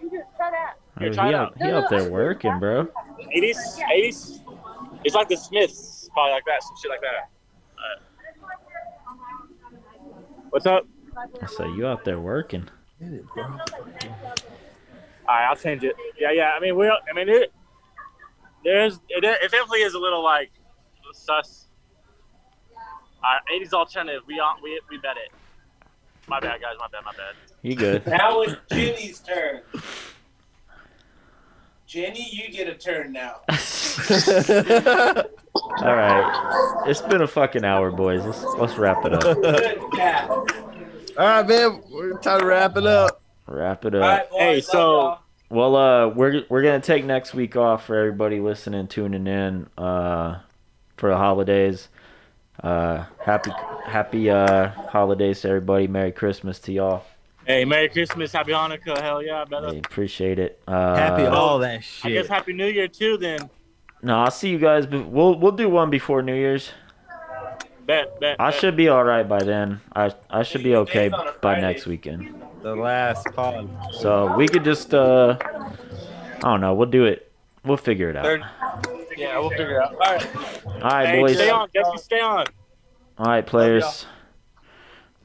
You just shut up. Here, Oh, try he it out. out, he out *laughs* there working, bro. 80s, Yeah. 80s. It's like the Smiths, probably like that, some shit like that. Uh, What's up? I say you out there working. All right, I'll change it. Yeah, yeah. I mean, we. I mean, it. There's. It, it definitely is a little like sus. Our 80s alternative. We on. We we bet it. My bad, guys. My bad. My bad. You good? Now it's Jenny's turn. Jenny, you get a turn now. *laughs* all right. It's been a fucking hour, boys. Let's let's wrap it up. Good cat. All *laughs* All right, man. We're time to wrap it up. Wrap it up. right, boys, Hey, Oh, love so- y'all. Well, uh, we're we're gonna take next week off for everybody listening, tuning in, uh, for the holidays. Uh, happy happy uh holidays to everybody. Merry Christmas to y'all. Hey, Merry Christmas, Happy Hanukkah. Hell yeah, brother. Hey, appreciate it. Uh, Happy all that I guess shit. Happy New Year too. Then No, I'll see you guys. Be- we'll we'll do one before New Year's. bet bet. I bet. should be all right by then. I I should be okay Days on a by Friday. next weekend. The last pod. So we could just uh, I don't know. We'll do it. We'll figure it out. Third- Yeah, we'll figure it out. All right, All right, hey, boys. stay on, Jesse. Stay on. All right, players.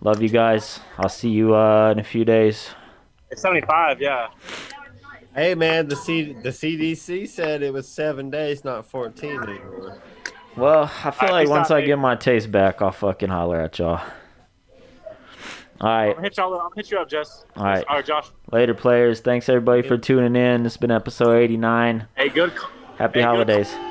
Love, you guys. I'll see you uh, in a few days. It's 75. Yeah. Now it's nice. Hey man, the C the CDC said it was seven days, not fourteen anymore. Well, I feel Alright, like peace once out, I dude. get my taste back, I'll fucking holler at y'all. I'm All right, gonna hit y'all. I'm gonna hit you up, Jess. all right. All right, Josh. Later, players. Thanks everybody for tuning in. It's been episode 89. Hey, good. Happy Hey, good- holidays.